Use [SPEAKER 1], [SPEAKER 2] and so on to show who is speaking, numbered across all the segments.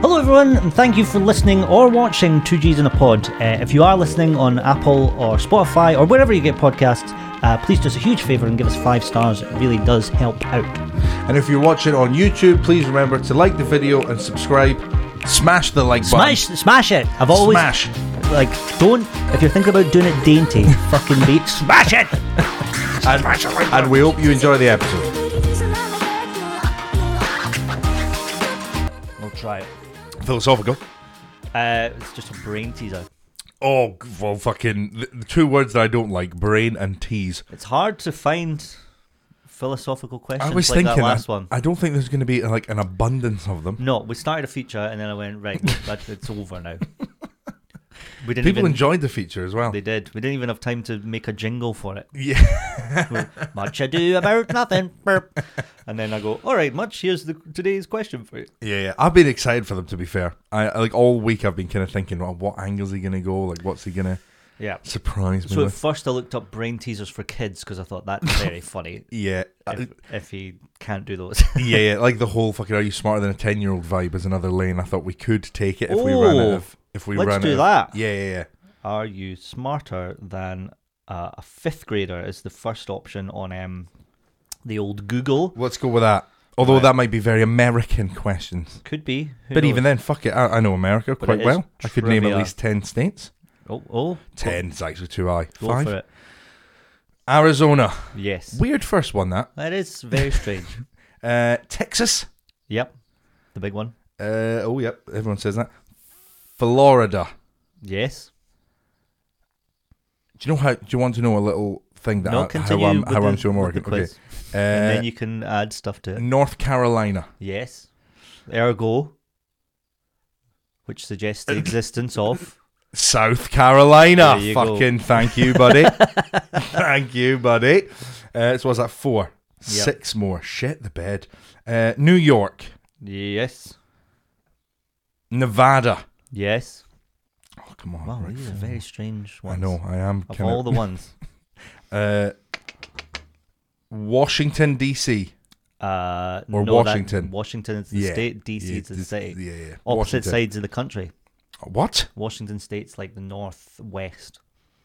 [SPEAKER 1] Hello, everyone, and thank you for listening or watching 2Gs in a Pod. Uh, if you are listening on Apple or Spotify or wherever you get podcasts, uh, please do us a huge favour and give us five stars. It really does help out.
[SPEAKER 2] And if you're watching on YouTube, please remember to like the video and subscribe. Smash the like
[SPEAKER 1] Smash, smash it! I've always
[SPEAKER 2] Smash.
[SPEAKER 1] like don't. If you're thinking about doing it dainty, fucking beat smash it.
[SPEAKER 2] button. Smash the like And we hope you enjoy the episode.
[SPEAKER 1] We'll try it.
[SPEAKER 2] Philosophical.
[SPEAKER 1] Uh, it's just a brain teaser.
[SPEAKER 2] Oh, g- well, fucking. The, the two words that I don't like brain and tease.
[SPEAKER 1] It's hard to find philosophical questions
[SPEAKER 2] I was
[SPEAKER 1] like
[SPEAKER 2] thinking.
[SPEAKER 1] that last
[SPEAKER 2] I,
[SPEAKER 1] one.
[SPEAKER 2] I don't think there's going to be like an abundance of them.
[SPEAKER 1] No, we started a feature and then I went right. well, that, it's over now. We didn't
[SPEAKER 2] People
[SPEAKER 1] even.
[SPEAKER 2] enjoyed the feature as well.
[SPEAKER 1] they did. We didn't even have time to make a jingle for it.
[SPEAKER 2] yeah.
[SPEAKER 1] Much ado about nothing. Burp. And then I go, all right, much. Here's the today's question for you.
[SPEAKER 2] yeah, yeah. I've been excited for them, to be fair. I I- Like all week, I've been kind of thinking, well, what angle's he going to go? Like, what's he going to
[SPEAKER 1] Yeah.
[SPEAKER 2] surprise me
[SPEAKER 1] So at
[SPEAKER 2] with?
[SPEAKER 1] first I looked up brain teasers for kids because I thought that's very funny.
[SPEAKER 2] Yeah. I-
[SPEAKER 1] If, if he can't do those.
[SPEAKER 2] yeah, yeah, like the whole fucking "Are you smarter than a ten-year-old?" vibe is another lane. I thought we could take it if we ran
[SPEAKER 1] Oh,
[SPEAKER 2] it. If, if we
[SPEAKER 1] let's
[SPEAKER 2] ran
[SPEAKER 1] do
[SPEAKER 2] it.
[SPEAKER 1] that.
[SPEAKER 2] Yeah, yeah, yeah.
[SPEAKER 1] Are you smarter than uh, a fifth grader? Is the first option on um, the old Google.
[SPEAKER 2] Let's go with that. Although that might be very American questions.
[SPEAKER 1] Could be. Who
[SPEAKER 2] But
[SPEAKER 1] knows?
[SPEAKER 2] even then, fuck it. I, I know America
[SPEAKER 1] it
[SPEAKER 2] quite
[SPEAKER 1] is
[SPEAKER 2] well. I could name
[SPEAKER 1] trivia.
[SPEAKER 2] at least ten states.
[SPEAKER 1] Oh, oh.
[SPEAKER 2] Ten is actually too high.
[SPEAKER 1] Go
[SPEAKER 2] Five.
[SPEAKER 1] for it.
[SPEAKER 2] Arizona.
[SPEAKER 1] Yes.
[SPEAKER 2] Weird first one that.
[SPEAKER 1] that is very strange.
[SPEAKER 2] Uh, Texas.
[SPEAKER 1] yep. The big one.
[SPEAKER 2] Uh, oh yep, everyone says that. Florida.
[SPEAKER 1] Yes.
[SPEAKER 2] Do you know how? Do you want to know a little thing that
[SPEAKER 1] No,
[SPEAKER 2] I, how
[SPEAKER 1] continue
[SPEAKER 2] I'm
[SPEAKER 1] with
[SPEAKER 2] how I'm
[SPEAKER 1] the-
[SPEAKER 2] sure I'm
[SPEAKER 1] with the
[SPEAKER 2] working? Okay.
[SPEAKER 1] quiz. and
[SPEAKER 2] Uh, Mm.
[SPEAKER 1] then you can add stuff to it.
[SPEAKER 2] North Carolina.
[SPEAKER 1] Yes. Ergo, which suggests the existence of.
[SPEAKER 2] South Carolina.
[SPEAKER 1] There you go.
[SPEAKER 2] Fucking thank you, buddy. thank you, buddy. Uh, so was that four?
[SPEAKER 1] Yep.
[SPEAKER 2] Six more. Shit the bed. Uh, New York,
[SPEAKER 1] Yes.
[SPEAKER 2] Nevada.
[SPEAKER 1] Yes.
[SPEAKER 2] Oh come on!
[SPEAKER 1] Wow,
[SPEAKER 2] right.
[SPEAKER 1] these are very strange
[SPEAKER 2] I
[SPEAKER 1] ones.
[SPEAKER 2] know. I am
[SPEAKER 1] Of
[SPEAKER 2] kind
[SPEAKER 1] all
[SPEAKER 2] of.
[SPEAKER 1] the ones.
[SPEAKER 2] Uh, Washington D.C.
[SPEAKER 1] Uh, no,
[SPEAKER 2] Or
[SPEAKER 1] that-
[SPEAKER 2] Washington.
[SPEAKER 1] Washington is the
[SPEAKER 2] Yeah.
[SPEAKER 1] state, DC
[SPEAKER 2] Yeah,
[SPEAKER 1] is the
[SPEAKER 2] this-
[SPEAKER 1] city.
[SPEAKER 2] Yeah, yeah.
[SPEAKER 1] Opposite
[SPEAKER 2] Washington.
[SPEAKER 1] sides of the country.
[SPEAKER 2] What?
[SPEAKER 1] Washington state's like the northwest.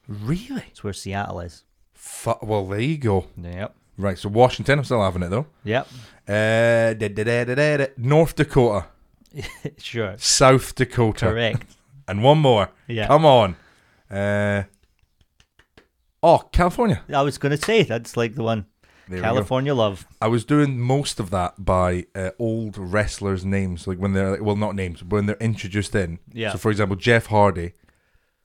[SPEAKER 2] Really?
[SPEAKER 1] It's where Seattle is.
[SPEAKER 2] Fu- well, there you go.
[SPEAKER 1] Yep.
[SPEAKER 2] Right. So Washington. I'm still having it though.
[SPEAKER 1] Yep.
[SPEAKER 2] Uh, da, da, da, da, da, da. North Dakota,
[SPEAKER 1] sure.
[SPEAKER 2] South Dakota,
[SPEAKER 1] Correct.
[SPEAKER 2] and one more.
[SPEAKER 1] Yeah.
[SPEAKER 2] Come on. Uh, oh, California.
[SPEAKER 1] I was going to say that's like the one.
[SPEAKER 2] There we go.
[SPEAKER 1] California love.
[SPEAKER 2] I was doing most of that by uh, old wrestlers' names, like when they're like, well, not names, but when they're introduced in.
[SPEAKER 1] Yeah.
[SPEAKER 2] So, for example, Jeff Hardy,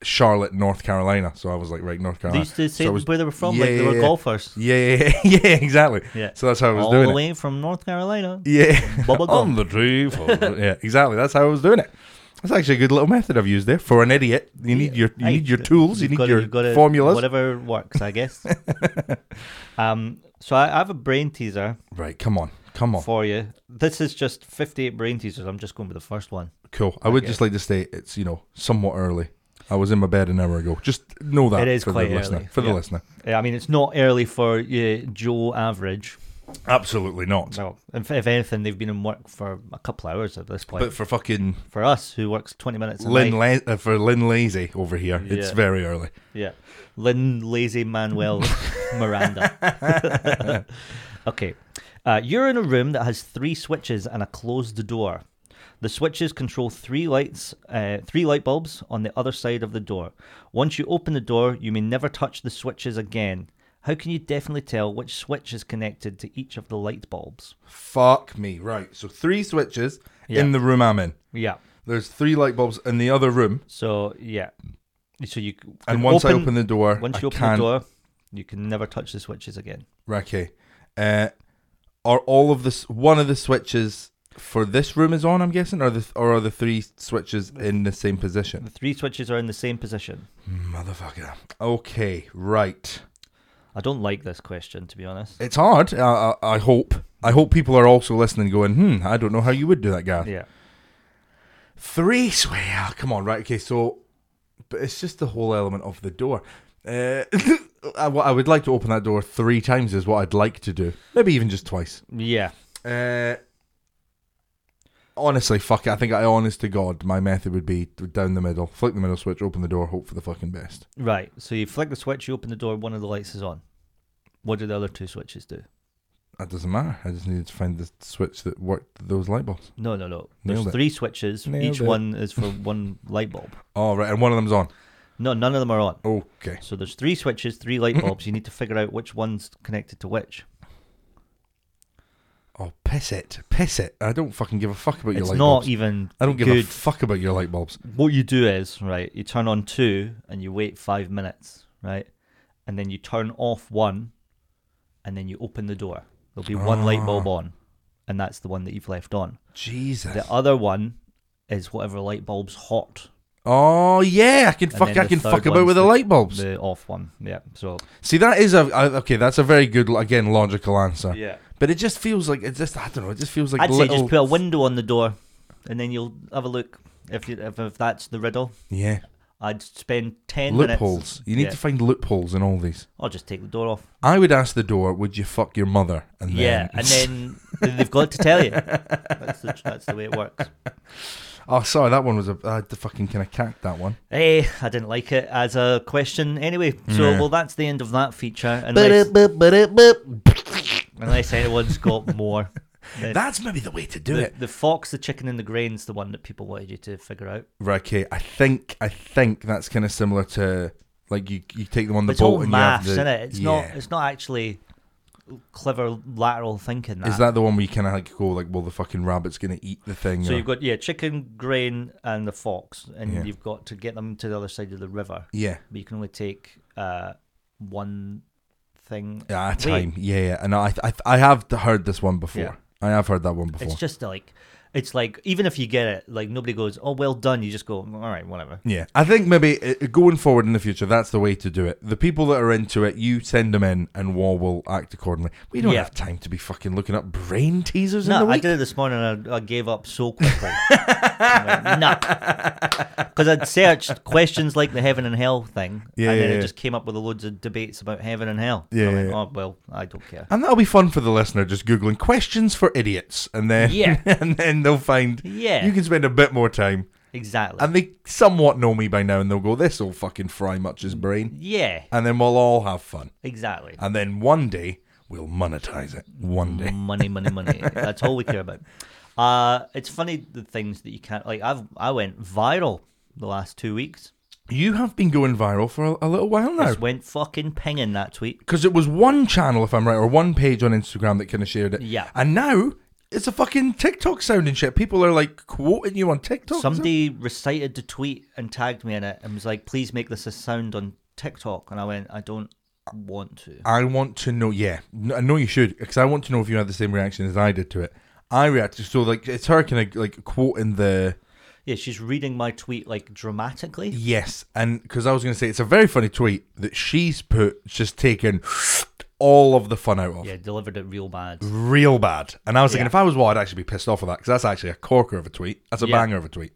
[SPEAKER 2] Charlotte, North Carolina. So I was like, right, North
[SPEAKER 1] They
[SPEAKER 2] Carolina.
[SPEAKER 1] used to say
[SPEAKER 2] So I was-
[SPEAKER 1] where they were from,
[SPEAKER 2] Yeah,
[SPEAKER 1] like they
[SPEAKER 2] yeah,
[SPEAKER 1] were
[SPEAKER 2] yeah.
[SPEAKER 1] golfers.
[SPEAKER 2] Yeah, yeah, yeah, yeah, exactly.
[SPEAKER 1] Yeah.
[SPEAKER 2] So that's how I was
[SPEAKER 1] All
[SPEAKER 2] doing
[SPEAKER 1] the
[SPEAKER 2] it.
[SPEAKER 1] way from North Carolina.
[SPEAKER 2] Yeah.
[SPEAKER 1] Bubble gum.
[SPEAKER 2] On the tree. for- yeah, exactly. That's how I was doing it. That's actually a good little method I've used there for an idiot. You need your you
[SPEAKER 1] Hey,
[SPEAKER 2] need your tools. You
[SPEAKER 1] you've
[SPEAKER 2] need
[SPEAKER 1] gotta-
[SPEAKER 2] your
[SPEAKER 1] you've gotta-
[SPEAKER 2] formulas.
[SPEAKER 1] Whatever works, I guess. um, so I, I have a brain teaser
[SPEAKER 2] Right. Come on. Come on.
[SPEAKER 1] for you. This is just 58 brain teasers. I'm just going with the first one.
[SPEAKER 2] Cool. I would just like to say it's you know somewhat early. I was in my bed an hour ago. Just know
[SPEAKER 1] It
[SPEAKER 2] that
[SPEAKER 1] is
[SPEAKER 2] for
[SPEAKER 1] quite
[SPEAKER 2] the
[SPEAKER 1] early.
[SPEAKER 2] listener. For the
[SPEAKER 1] Yeah.
[SPEAKER 2] listener.
[SPEAKER 1] Uh, I mean, it's not early for uh, Joe Average.
[SPEAKER 2] Absolutely not.
[SPEAKER 1] No. If, if anything, they've been in work for a couple hours at this point.
[SPEAKER 2] But for fucking
[SPEAKER 1] for us, who works 20 minutes a
[SPEAKER 2] Lynn
[SPEAKER 1] night.
[SPEAKER 2] La- uh, for Lynn Lazy over here, it's
[SPEAKER 1] Yeah.
[SPEAKER 2] very early.
[SPEAKER 1] Yeah. Lynn Lazy Manuel Miranda. okay. Uh, you're in a room that has three switches and a closed door. The switches control three lights, uh, three light bulbs on the other side of the door. Once you open the door, you may never touch the switches again. How can you definitely tell which switch is connected to each of the light bulbs?
[SPEAKER 2] Fuck me. Right. So three switches
[SPEAKER 1] Yeah.
[SPEAKER 2] in the room I'm in.
[SPEAKER 1] Yeah.
[SPEAKER 2] There's three light bulbs in the other room.
[SPEAKER 1] So yeah. So you c- can
[SPEAKER 2] And once I open the door,
[SPEAKER 1] once
[SPEAKER 2] I
[SPEAKER 1] you open
[SPEAKER 2] can't
[SPEAKER 1] the door, you can never touch the switches again.
[SPEAKER 2] Ricky, uh, are all of this one of the switches for this room is on? I'm guessing, or the or are the three switches in the same position?
[SPEAKER 1] The three switches are in the same position.
[SPEAKER 2] Motherfucker. Okay, right.
[SPEAKER 1] I don't like this question, to be honest.
[SPEAKER 2] It's hard. I, I, I hope. I hope people are also listening, going, "Hmm, I don't know how you would do that, Gareth."
[SPEAKER 1] Yeah.
[SPEAKER 2] Three sway. ah, come on, right? Okay, so, but it's just the whole element of the door. Uh, I, what I would like to open that door three times is what I'd like to do. Maybe even just twice.
[SPEAKER 1] Yeah.
[SPEAKER 2] Uh, honestly, fuck it. I think I honest to God, my method would be down the middle, flick the middle switch, open the door, hope for the fucking best.
[SPEAKER 1] Right. So you flick the switch, you open the door, one of the lights is on. What do the other two switches do?
[SPEAKER 2] That doesn't matter. I just needed to find the switch that worked those light bulbs.
[SPEAKER 1] No, no, no. There's
[SPEAKER 2] Nailed it.
[SPEAKER 1] three switches.
[SPEAKER 2] Nailed
[SPEAKER 1] Each
[SPEAKER 2] it.
[SPEAKER 1] one is for one light bulb.
[SPEAKER 2] Oh right, and one of them's on.
[SPEAKER 1] No, none of them are on.
[SPEAKER 2] Okay.
[SPEAKER 1] So there's three switches, three light bulbs. You need to figure out which one's connected to which.
[SPEAKER 2] Oh piss it, piss it. I don't fucking give a fuck about your
[SPEAKER 1] it's
[SPEAKER 2] light
[SPEAKER 1] not
[SPEAKER 2] bulbs.
[SPEAKER 1] even
[SPEAKER 2] I don't give a
[SPEAKER 1] good.
[SPEAKER 2] fuck about your light bulbs.
[SPEAKER 1] what you do is, right, you turn on two and you wait five minutes, right? And then you turn off one and then you open the door. There'll be one light bulb
[SPEAKER 2] Ah.
[SPEAKER 1] on, and that's the one that you've left on.
[SPEAKER 2] Jesus.
[SPEAKER 1] The other one is whatever light bulb's hot.
[SPEAKER 2] Oh yeah, I can
[SPEAKER 1] and
[SPEAKER 2] fuck.
[SPEAKER 1] then
[SPEAKER 2] I
[SPEAKER 1] the
[SPEAKER 2] can
[SPEAKER 1] third
[SPEAKER 2] fuck about
[SPEAKER 1] one's
[SPEAKER 2] with the, light bulbs.
[SPEAKER 1] The off one. Yeah. So
[SPEAKER 2] See, that is a I- okay. That's a very good, again, logical answer.
[SPEAKER 1] Yeah.
[SPEAKER 2] But it just feels like it's just I don't know. It just feels like
[SPEAKER 1] I'd say
[SPEAKER 2] little.
[SPEAKER 1] just put a window on the door and then you'll have a look if you, if, if that's the riddle.
[SPEAKER 2] yeah,
[SPEAKER 1] I'd spend 10 minutes.
[SPEAKER 2] loopholes. You need
[SPEAKER 1] Yeah.
[SPEAKER 2] to find loopholes in all these.
[SPEAKER 1] I'll just take the door off.
[SPEAKER 2] I would ask the door, "Would you fuck your mother?" And
[SPEAKER 1] Yeah,
[SPEAKER 2] then,
[SPEAKER 1] and then they've got to tell you. That's the, that's the way it works.
[SPEAKER 2] oh, sorry, that one was a. I had to fucking kind of cack that one.
[SPEAKER 1] Hey, Eh, I didn't like it as a question anyway. So, well, that's the end of that feature. Unless,
[SPEAKER 2] That's
[SPEAKER 1] unless anyone's got more. The,
[SPEAKER 2] maybe the way to do
[SPEAKER 1] the,
[SPEAKER 2] it.
[SPEAKER 1] the fox, the chicken, and the grain's the one that people wanted you to figure out.
[SPEAKER 2] Right, okay. I think I think that's kind of similar to like you you take them on the
[SPEAKER 1] But it's
[SPEAKER 2] boat
[SPEAKER 1] all
[SPEAKER 2] and
[SPEAKER 1] maths,
[SPEAKER 2] you
[SPEAKER 1] isn't
[SPEAKER 2] have the,
[SPEAKER 1] it? It's not.
[SPEAKER 2] Yeah.
[SPEAKER 1] It's not actually clever lateral thinking.
[SPEAKER 2] Is that the one where you kind of like go like, well, the fucking rabbit's gonna eat the thing?
[SPEAKER 1] So
[SPEAKER 2] or-
[SPEAKER 1] you've got yeah, chicken, grain, and the fox, and
[SPEAKER 2] Yeah.
[SPEAKER 1] you've got to get them to the other side of the river.
[SPEAKER 2] yeah,
[SPEAKER 1] But you can only take uh, one thing.
[SPEAKER 2] yeah,
[SPEAKER 1] Wait.
[SPEAKER 2] Ah, time, yeah, yeah. And I, I, I have heard this one before.
[SPEAKER 1] Yeah.
[SPEAKER 2] I have heard that one before.
[SPEAKER 1] It's just like, it's like even if you get it, like nobody goes, "Oh, well done." You just go, "All right, whatever."
[SPEAKER 2] yeah, I think maybe uh, going forward in the future, that's the way to do it. The people that are into it, you send them in, and War will act accordingly. We don't
[SPEAKER 1] Yeah.
[SPEAKER 2] have time to be fucking looking up brain teasers in the
[SPEAKER 1] No, I
[SPEAKER 2] week.
[SPEAKER 1] did it this morning and I, I gave up so quickly. I'm like, nah. Because I'd searched questions like the heaven and hell thing,
[SPEAKER 2] Yeah,
[SPEAKER 1] and then
[SPEAKER 2] yeah,
[SPEAKER 1] it
[SPEAKER 2] yeah.
[SPEAKER 1] just came up with loads of debates about heaven and hell.
[SPEAKER 2] Yeah,
[SPEAKER 1] I'm
[SPEAKER 2] yeah,
[SPEAKER 1] like,
[SPEAKER 2] yeah.
[SPEAKER 1] oh, well, I don't care.
[SPEAKER 2] And that'll be fun for the listener, just googling questions for idiots, and then
[SPEAKER 1] Yeah.
[SPEAKER 2] and then they'll find
[SPEAKER 1] Yeah.
[SPEAKER 2] you can spend a bit more time,
[SPEAKER 1] Exactly.
[SPEAKER 2] and they somewhat know me by now, and they'll go, "This will fucking fry Much's brain,"
[SPEAKER 1] yeah,
[SPEAKER 2] and then we'll all have fun.
[SPEAKER 1] exactly.
[SPEAKER 2] and then one day we'll monetize it. One day.
[SPEAKER 1] money, money, money. That's all we care about. Uh, it's funny the things that you can't like. I've I went viral the last two weeks.
[SPEAKER 2] You have been going viral for a, a little while now.
[SPEAKER 1] Just went fucking pinging that tweet.
[SPEAKER 2] Because it was one channel, if I'm right, or one page on Instagram that kind of shared it.
[SPEAKER 1] Yeah.
[SPEAKER 2] And now it's a fucking TikTok sound and shit. People are like quoting you on TikTok. is it?
[SPEAKER 1] Somebody recited the tweet and tagged me in it and was like, "Please make this a sound on TikTok." And I went, "I don't want to."
[SPEAKER 2] I want to know. Yeah, N- I know you should because I want to know if you had the same reaction as I did to it. I reacted so like it's her kind of like quoting the
[SPEAKER 1] Yeah, she's reading my tweet like dramatically.
[SPEAKER 2] yes, and because I was going to say it's a very funny tweet that she's put, just taken all of the fun out of.
[SPEAKER 1] Yeah, delivered it real bad.
[SPEAKER 2] real bad. And I was thinking,
[SPEAKER 1] Yeah.
[SPEAKER 2] if I was Wall, I'd actually be pissed off with that because that's actually a corker of a tweet. That's a
[SPEAKER 1] Yeah.
[SPEAKER 2] banger of a tweet.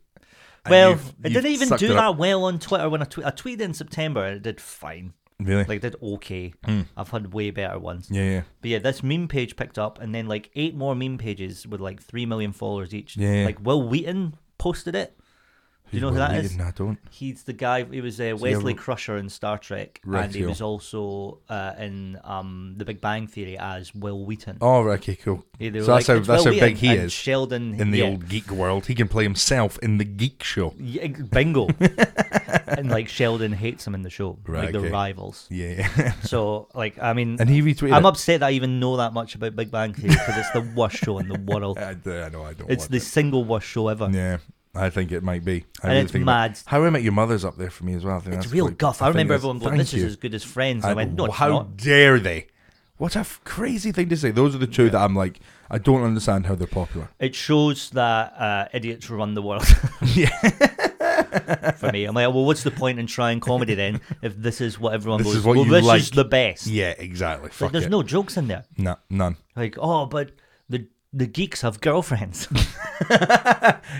[SPEAKER 2] And
[SPEAKER 1] Well,
[SPEAKER 2] you've-
[SPEAKER 1] it
[SPEAKER 2] you've
[SPEAKER 1] didn't even
[SPEAKER 2] sucked
[SPEAKER 1] do
[SPEAKER 2] it up.
[SPEAKER 1] that well on Twitter when I tweet. I tweeted in September and it did fine.
[SPEAKER 2] Really?
[SPEAKER 1] Like, it did okay. I've had way better ones.
[SPEAKER 2] Hmm. yeah, yeah.
[SPEAKER 1] But yeah, this meme page picked up, and then like eight more meme pages with like three million followers each.
[SPEAKER 2] Yeah.
[SPEAKER 1] Like Will Wheaton posted it. Do you know who
[SPEAKER 2] Well,
[SPEAKER 1] that
[SPEAKER 2] we
[SPEAKER 1] is?
[SPEAKER 2] didn't, I don't.
[SPEAKER 1] He's the guy. He was uh, Wesley Crusher in Star Trek, and he
[SPEAKER 2] Rightio.
[SPEAKER 1] was also uh, in um, The Big Bang Theory as Will Wheaton.
[SPEAKER 2] Oh, right, okay, cool.
[SPEAKER 1] Yeah, they were
[SPEAKER 2] so that's
[SPEAKER 1] like,
[SPEAKER 2] how
[SPEAKER 1] "It's
[SPEAKER 2] that's how
[SPEAKER 1] Will
[SPEAKER 2] big
[SPEAKER 1] Wheaton,"
[SPEAKER 2] he
[SPEAKER 1] and
[SPEAKER 2] is
[SPEAKER 1] Sheldon
[SPEAKER 2] in the
[SPEAKER 1] yeah.
[SPEAKER 2] old geek world. He can play himself in the geek show.
[SPEAKER 1] Yeah, bingo. and like Sheldon hates him in the show. like
[SPEAKER 2] Right,
[SPEAKER 1] they're
[SPEAKER 2] okay.
[SPEAKER 1] rivals.
[SPEAKER 2] Yeah,
[SPEAKER 1] So like I mean,
[SPEAKER 2] and he retweeted.
[SPEAKER 1] I'm
[SPEAKER 2] it.
[SPEAKER 1] upset that I even know that much about Big Bang Theory because it's the worst show in the world.
[SPEAKER 2] I, d- I know I don't.
[SPEAKER 1] It's
[SPEAKER 2] want
[SPEAKER 1] the single worst show ever.
[SPEAKER 2] it. yeah. I think it might be.
[SPEAKER 1] And
[SPEAKER 2] I really
[SPEAKER 1] it's
[SPEAKER 2] think about-
[SPEAKER 1] mad.
[SPEAKER 2] How I Met Your Mother's up there for me as well. I think
[SPEAKER 1] It's
[SPEAKER 2] that's
[SPEAKER 1] real
[SPEAKER 2] quite-
[SPEAKER 1] guff. I,
[SPEAKER 2] think
[SPEAKER 1] remember
[SPEAKER 2] that's-
[SPEAKER 1] everyone going,
[SPEAKER 2] thank
[SPEAKER 1] "This
[SPEAKER 2] you.
[SPEAKER 1] is as good as Friends." I,
[SPEAKER 2] I-
[SPEAKER 1] went, "No, it's
[SPEAKER 2] how
[SPEAKER 1] not."
[SPEAKER 2] dare they? What a f- crazy thing to say. Those are the two that I'm like, I don't understand how they're popular.
[SPEAKER 1] It shows that uh, idiots run the world. For me, I'm like, well, what's the point in trying comedy then if this is what everyone
[SPEAKER 2] This
[SPEAKER 1] goes?
[SPEAKER 2] is what
[SPEAKER 1] well,
[SPEAKER 2] you
[SPEAKER 1] this
[SPEAKER 2] like."
[SPEAKER 1] is the best.
[SPEAKER 2] Yeah, exactly.
[SPEAKER 1] Like,
[SPEAKER 2] Fuck
[SPEAKER 1] there's
[SPEAKER 2] it.
[SPEAKER 1] no jokes in there.
[SPEAKER 2] no, none.
[SPEAKER 1] Like, oh, but the the geeks have girlfriends.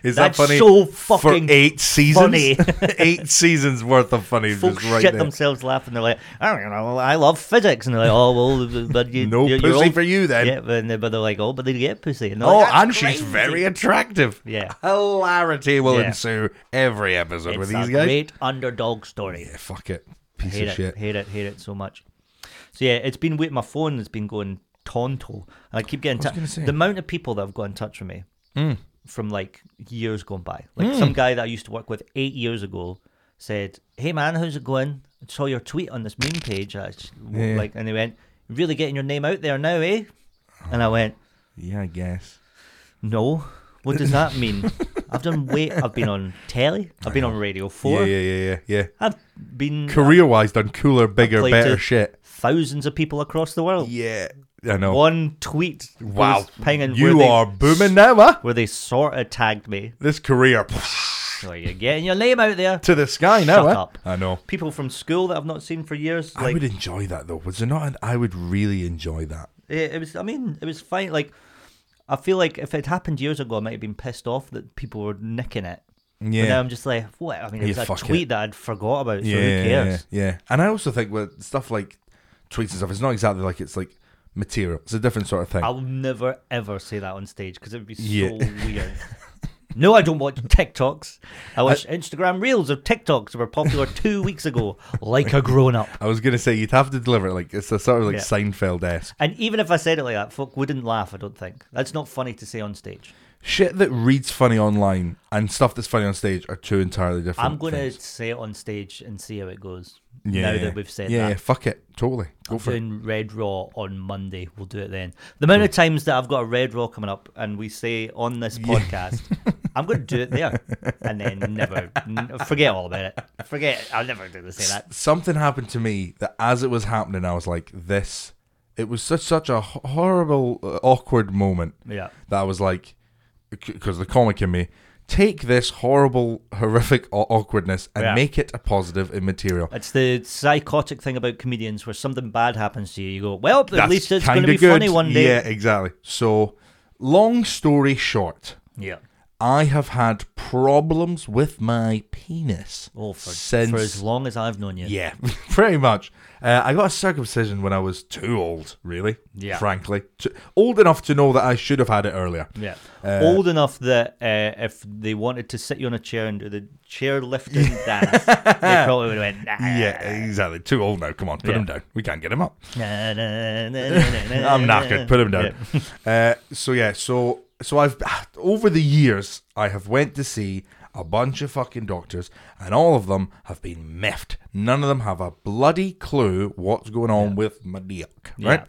[SPEAKER 2] Is
[SPEAKER 1] That's
[SPEAKER 2] that funny?
[SPEAKER 1] so
[SPEAKER 2] for
[SPEAKER 1] fucking
[SPEAKER 2] eight seasons,
[SPEAKER 1] funny.
[SPEAKER 2] eight seasons worth of funny
[SPEAKER 1] Folks
[SPEAKER 2] just right
[SPEAKER 1] shit
[SPEAKER 2] there.
[SPEAKER 1] themselves laughing. They're like, oh, you know, I love physics, and they're like, oh well, but you,
[SPEAKER 2] No
[SPEAKER 1] you're,
[SPEAKER 2] pussy
[SPEAKER 1] you're all-
[SPEAKER 2] for you then.
[SPEAKER 1] Yeah, but, but they're like, oh, but they get pussy. And they're
[SPEAKER 2] Oh,
[SPEAKER 1] like, "That's
[SPEAKER 2] and she's
[SPEAKER 1] crazy."
[SPEAKER 2] very attractive.
[SPEAKER 1] Yeah.
[SPEAKER 2] Hilarity will
[SPEAKER 1] Yeah.
[SPEAKER 2] ensue every episode
[SPEAKER 1] It's
[SPEAKER 2] with
[SPEAKER 1] a
[SPEAKER 2] these guys.
[SPEAKER 1] great underdog story.
[SPEAKER 2] Yeah, fuck it. Piece
[SPEAKER 1] hate
[SPEAKER 2] of
[SPEAKER 1] it,
[SPEAKER 2] shit.
[SPEAKER 1] hate it, hate it so much. So yeah, it's been with my phone. It's been going tonto, and I keep getting
[SPEAKER 2] was
[SPEAKER 1] touch.
[SPEAKER 2] gonna say. Mm.
[SPEAKER 1] The amount of people that have got in touch with me from like years gone by, like some guy that I used to work with eight years ago said, "Hey man, how's it going? I saw your tweet on this meme page, I just-
[SPEAKER 2] Yeah.
[SPEAKER 1] like," and they went, "Really getting your name out there now, eh?" And I went,
[SPEAKER 2] Yeah, I guess.
[SPEAKER 1] "No." What does that mean? I've done way. I've been on telly. I've been on Radio Four.
[SPEAKER 2] Yeah, yeah, yeah, yeah, yeah.
[SPEAKER 1] I've been
[SPEAKER 2] Career wise, done cooler, bigger,
[SPEAKER 1] played
[SPEAKER 2] better
[SPEAKER 1] to-
[SPEAKER 2] shit.
[SPEAKER 1] thousands of people across the world.
[SPEAKER 2] Yeah, I know.
[SPEAKER 1] one tweet.
[SPEAKER 2] Oh. wow,
[SPEAKER 1] was pinging where
[SPEAKER 2] you
[SPEAKER 1] they,
[SPEAKER 2] are booming now, huh?
[SPEAKER 1] where they sort of tagged me.
[SPEAKER 2] This career
[SPEAKER 1] So you're getting your name out there.
[SPEAKER 2] to the sky now,
[SPEAKER 1] Shut
[SPEAKER 2] huh?
[SPEAKER 1] up.
[SPEAKER 2] I know.
[SPEAKER 1] People from school that I've not seen for years.
[SPEAKER 2] I
[SPEAKER 1] Like
[SPEAKER 2] would enjoy that though. Was there not? An, I would really enjoy that.
[SPEAKER 1] it, it was. I mean, it was fine. Like I feel like if it happened years ago, I might have been pissed off that people were nicking it. But now
[SPEAKER 2] Yeah.
[SPEAKER 1] I'm just like, what? I mean, it
[SPEAKER 2] Yeah,
[SPEAKER 1] was a
[SPEAKER 2] fuck
[SPEAKER 1] tweet
[SPEAKER 2] it.
[SPEAKER 1] that I'd forgot about. So
[SPEAKER 2] yeah,
[SPEAKER 1] who cares?
[SPEAKER 2] Yeah, yeah. And I also think with stuff like tweets and stuff, it's not exactly like it's like material. It's a different sort of thing.
[SPEAKER 1] I'll never ever say that on stage because it'd be
[SPEAKER 2] Yeah.
[SPEAKER 1] so weird. No, I don't watch TikToks. I watch Instagram reels of TikToks that were popular two weeks ago, like a grown up.
[SPEAKER 2] I was gonna say you'd have to deliver it like it's a sort of like
[SPEAKER 1] Yeah.
[SPEAKER 2] Seinfeld esque
[SPEAKER 1] And even if I said it like that, folk wouldn't laugh, I don't think. That's not funny to say on stage.
[SPEAKER 2] shit that reads funny online and stuff that's funny on stage are two entirely different.
[SPEAKER 1] I'm going to
[SPEAKER 2] things.
[SPEAKER 1] say it on stage and see how it goes.
[SPEAKER 2] yeah,
[SPEAKER 1] now that we've said
[SPEAKER 2] yeah, yeah,
[SPEAKER 1] that.
[SPEAKER 2] fuck it, totally go
[SPEAKER 1] I'm
[SPEAKER 2] for it.
[SPEAKER 1] doing Red Raw on Monday. We'll do it then. The amount of times that I've got a Red Raw coming up and we say on this podcast, I'm going to do it there and then never n- forget all about it. Forget it. I'll never do the say that.
[SPEAKER 2] Something happened to me that as it was happening, I was like, this. It was such such a ho- horrible, uh, awkward moment.
[SPEAKER 1] Yeah.
[SPEAKER 2] that I was like, because the comic in me, take this horrible, horrific aw- awkwardness and
[SPEAKER 1] Yeah.
[SPEAKER 2] make it a positive in material.
[SPEAKER 1] It's the psychotic thing about comedians where something bad happens to you. You go, well, at
[SPEAKER 2] That's
[SPEAKER 1] least it's going to
[SPEAKER 2] kinda
[SPEAKER 1] be funny one day.
[SPEAKER 2] Yeah, exactly. So, long story short,
[SPEAKER 1] yeah.
[SPEAKER 2] I have had problems with my penis.
[SPEAKER 1] Oh, for,
[SPEAKER 2] since
[SPEAKER 1] for as long as I've known you.
[SPEAKER 2] yeah, pretty much. Uh, I got a circumcision when I was too old, really.
[SPEAKER 1] Yeah.
[SPEAKER 2] frankly, Too- old enough to know that I should have had it earlier.
[SPEAKER 1] Yeah.
[SPEAKER 2] Uh,
[SPEAKER 1] Old enough that uh, if they wanted to sit you on a chair and do the chair lifting dance, they probably would have went, nah.
[SPEAKER 2] Yeah, exactly. Too old now. Come on, put
[SPEAKER 1] Yeah.
[SPEAKER 2] him down. We can't get him up.
[SPEAKER 1] Na, na, na, na, na, na,
[SPEAKER 2] I'm knackered. Put him
[SPEAKER 1] na."
[SPEAKER 2] down. uh, so yeah, so so I've over the years I have went to see a bunch of fucking doctors, and all of them have been miffed. None of them have a bloody clue what's going on with my dick, right?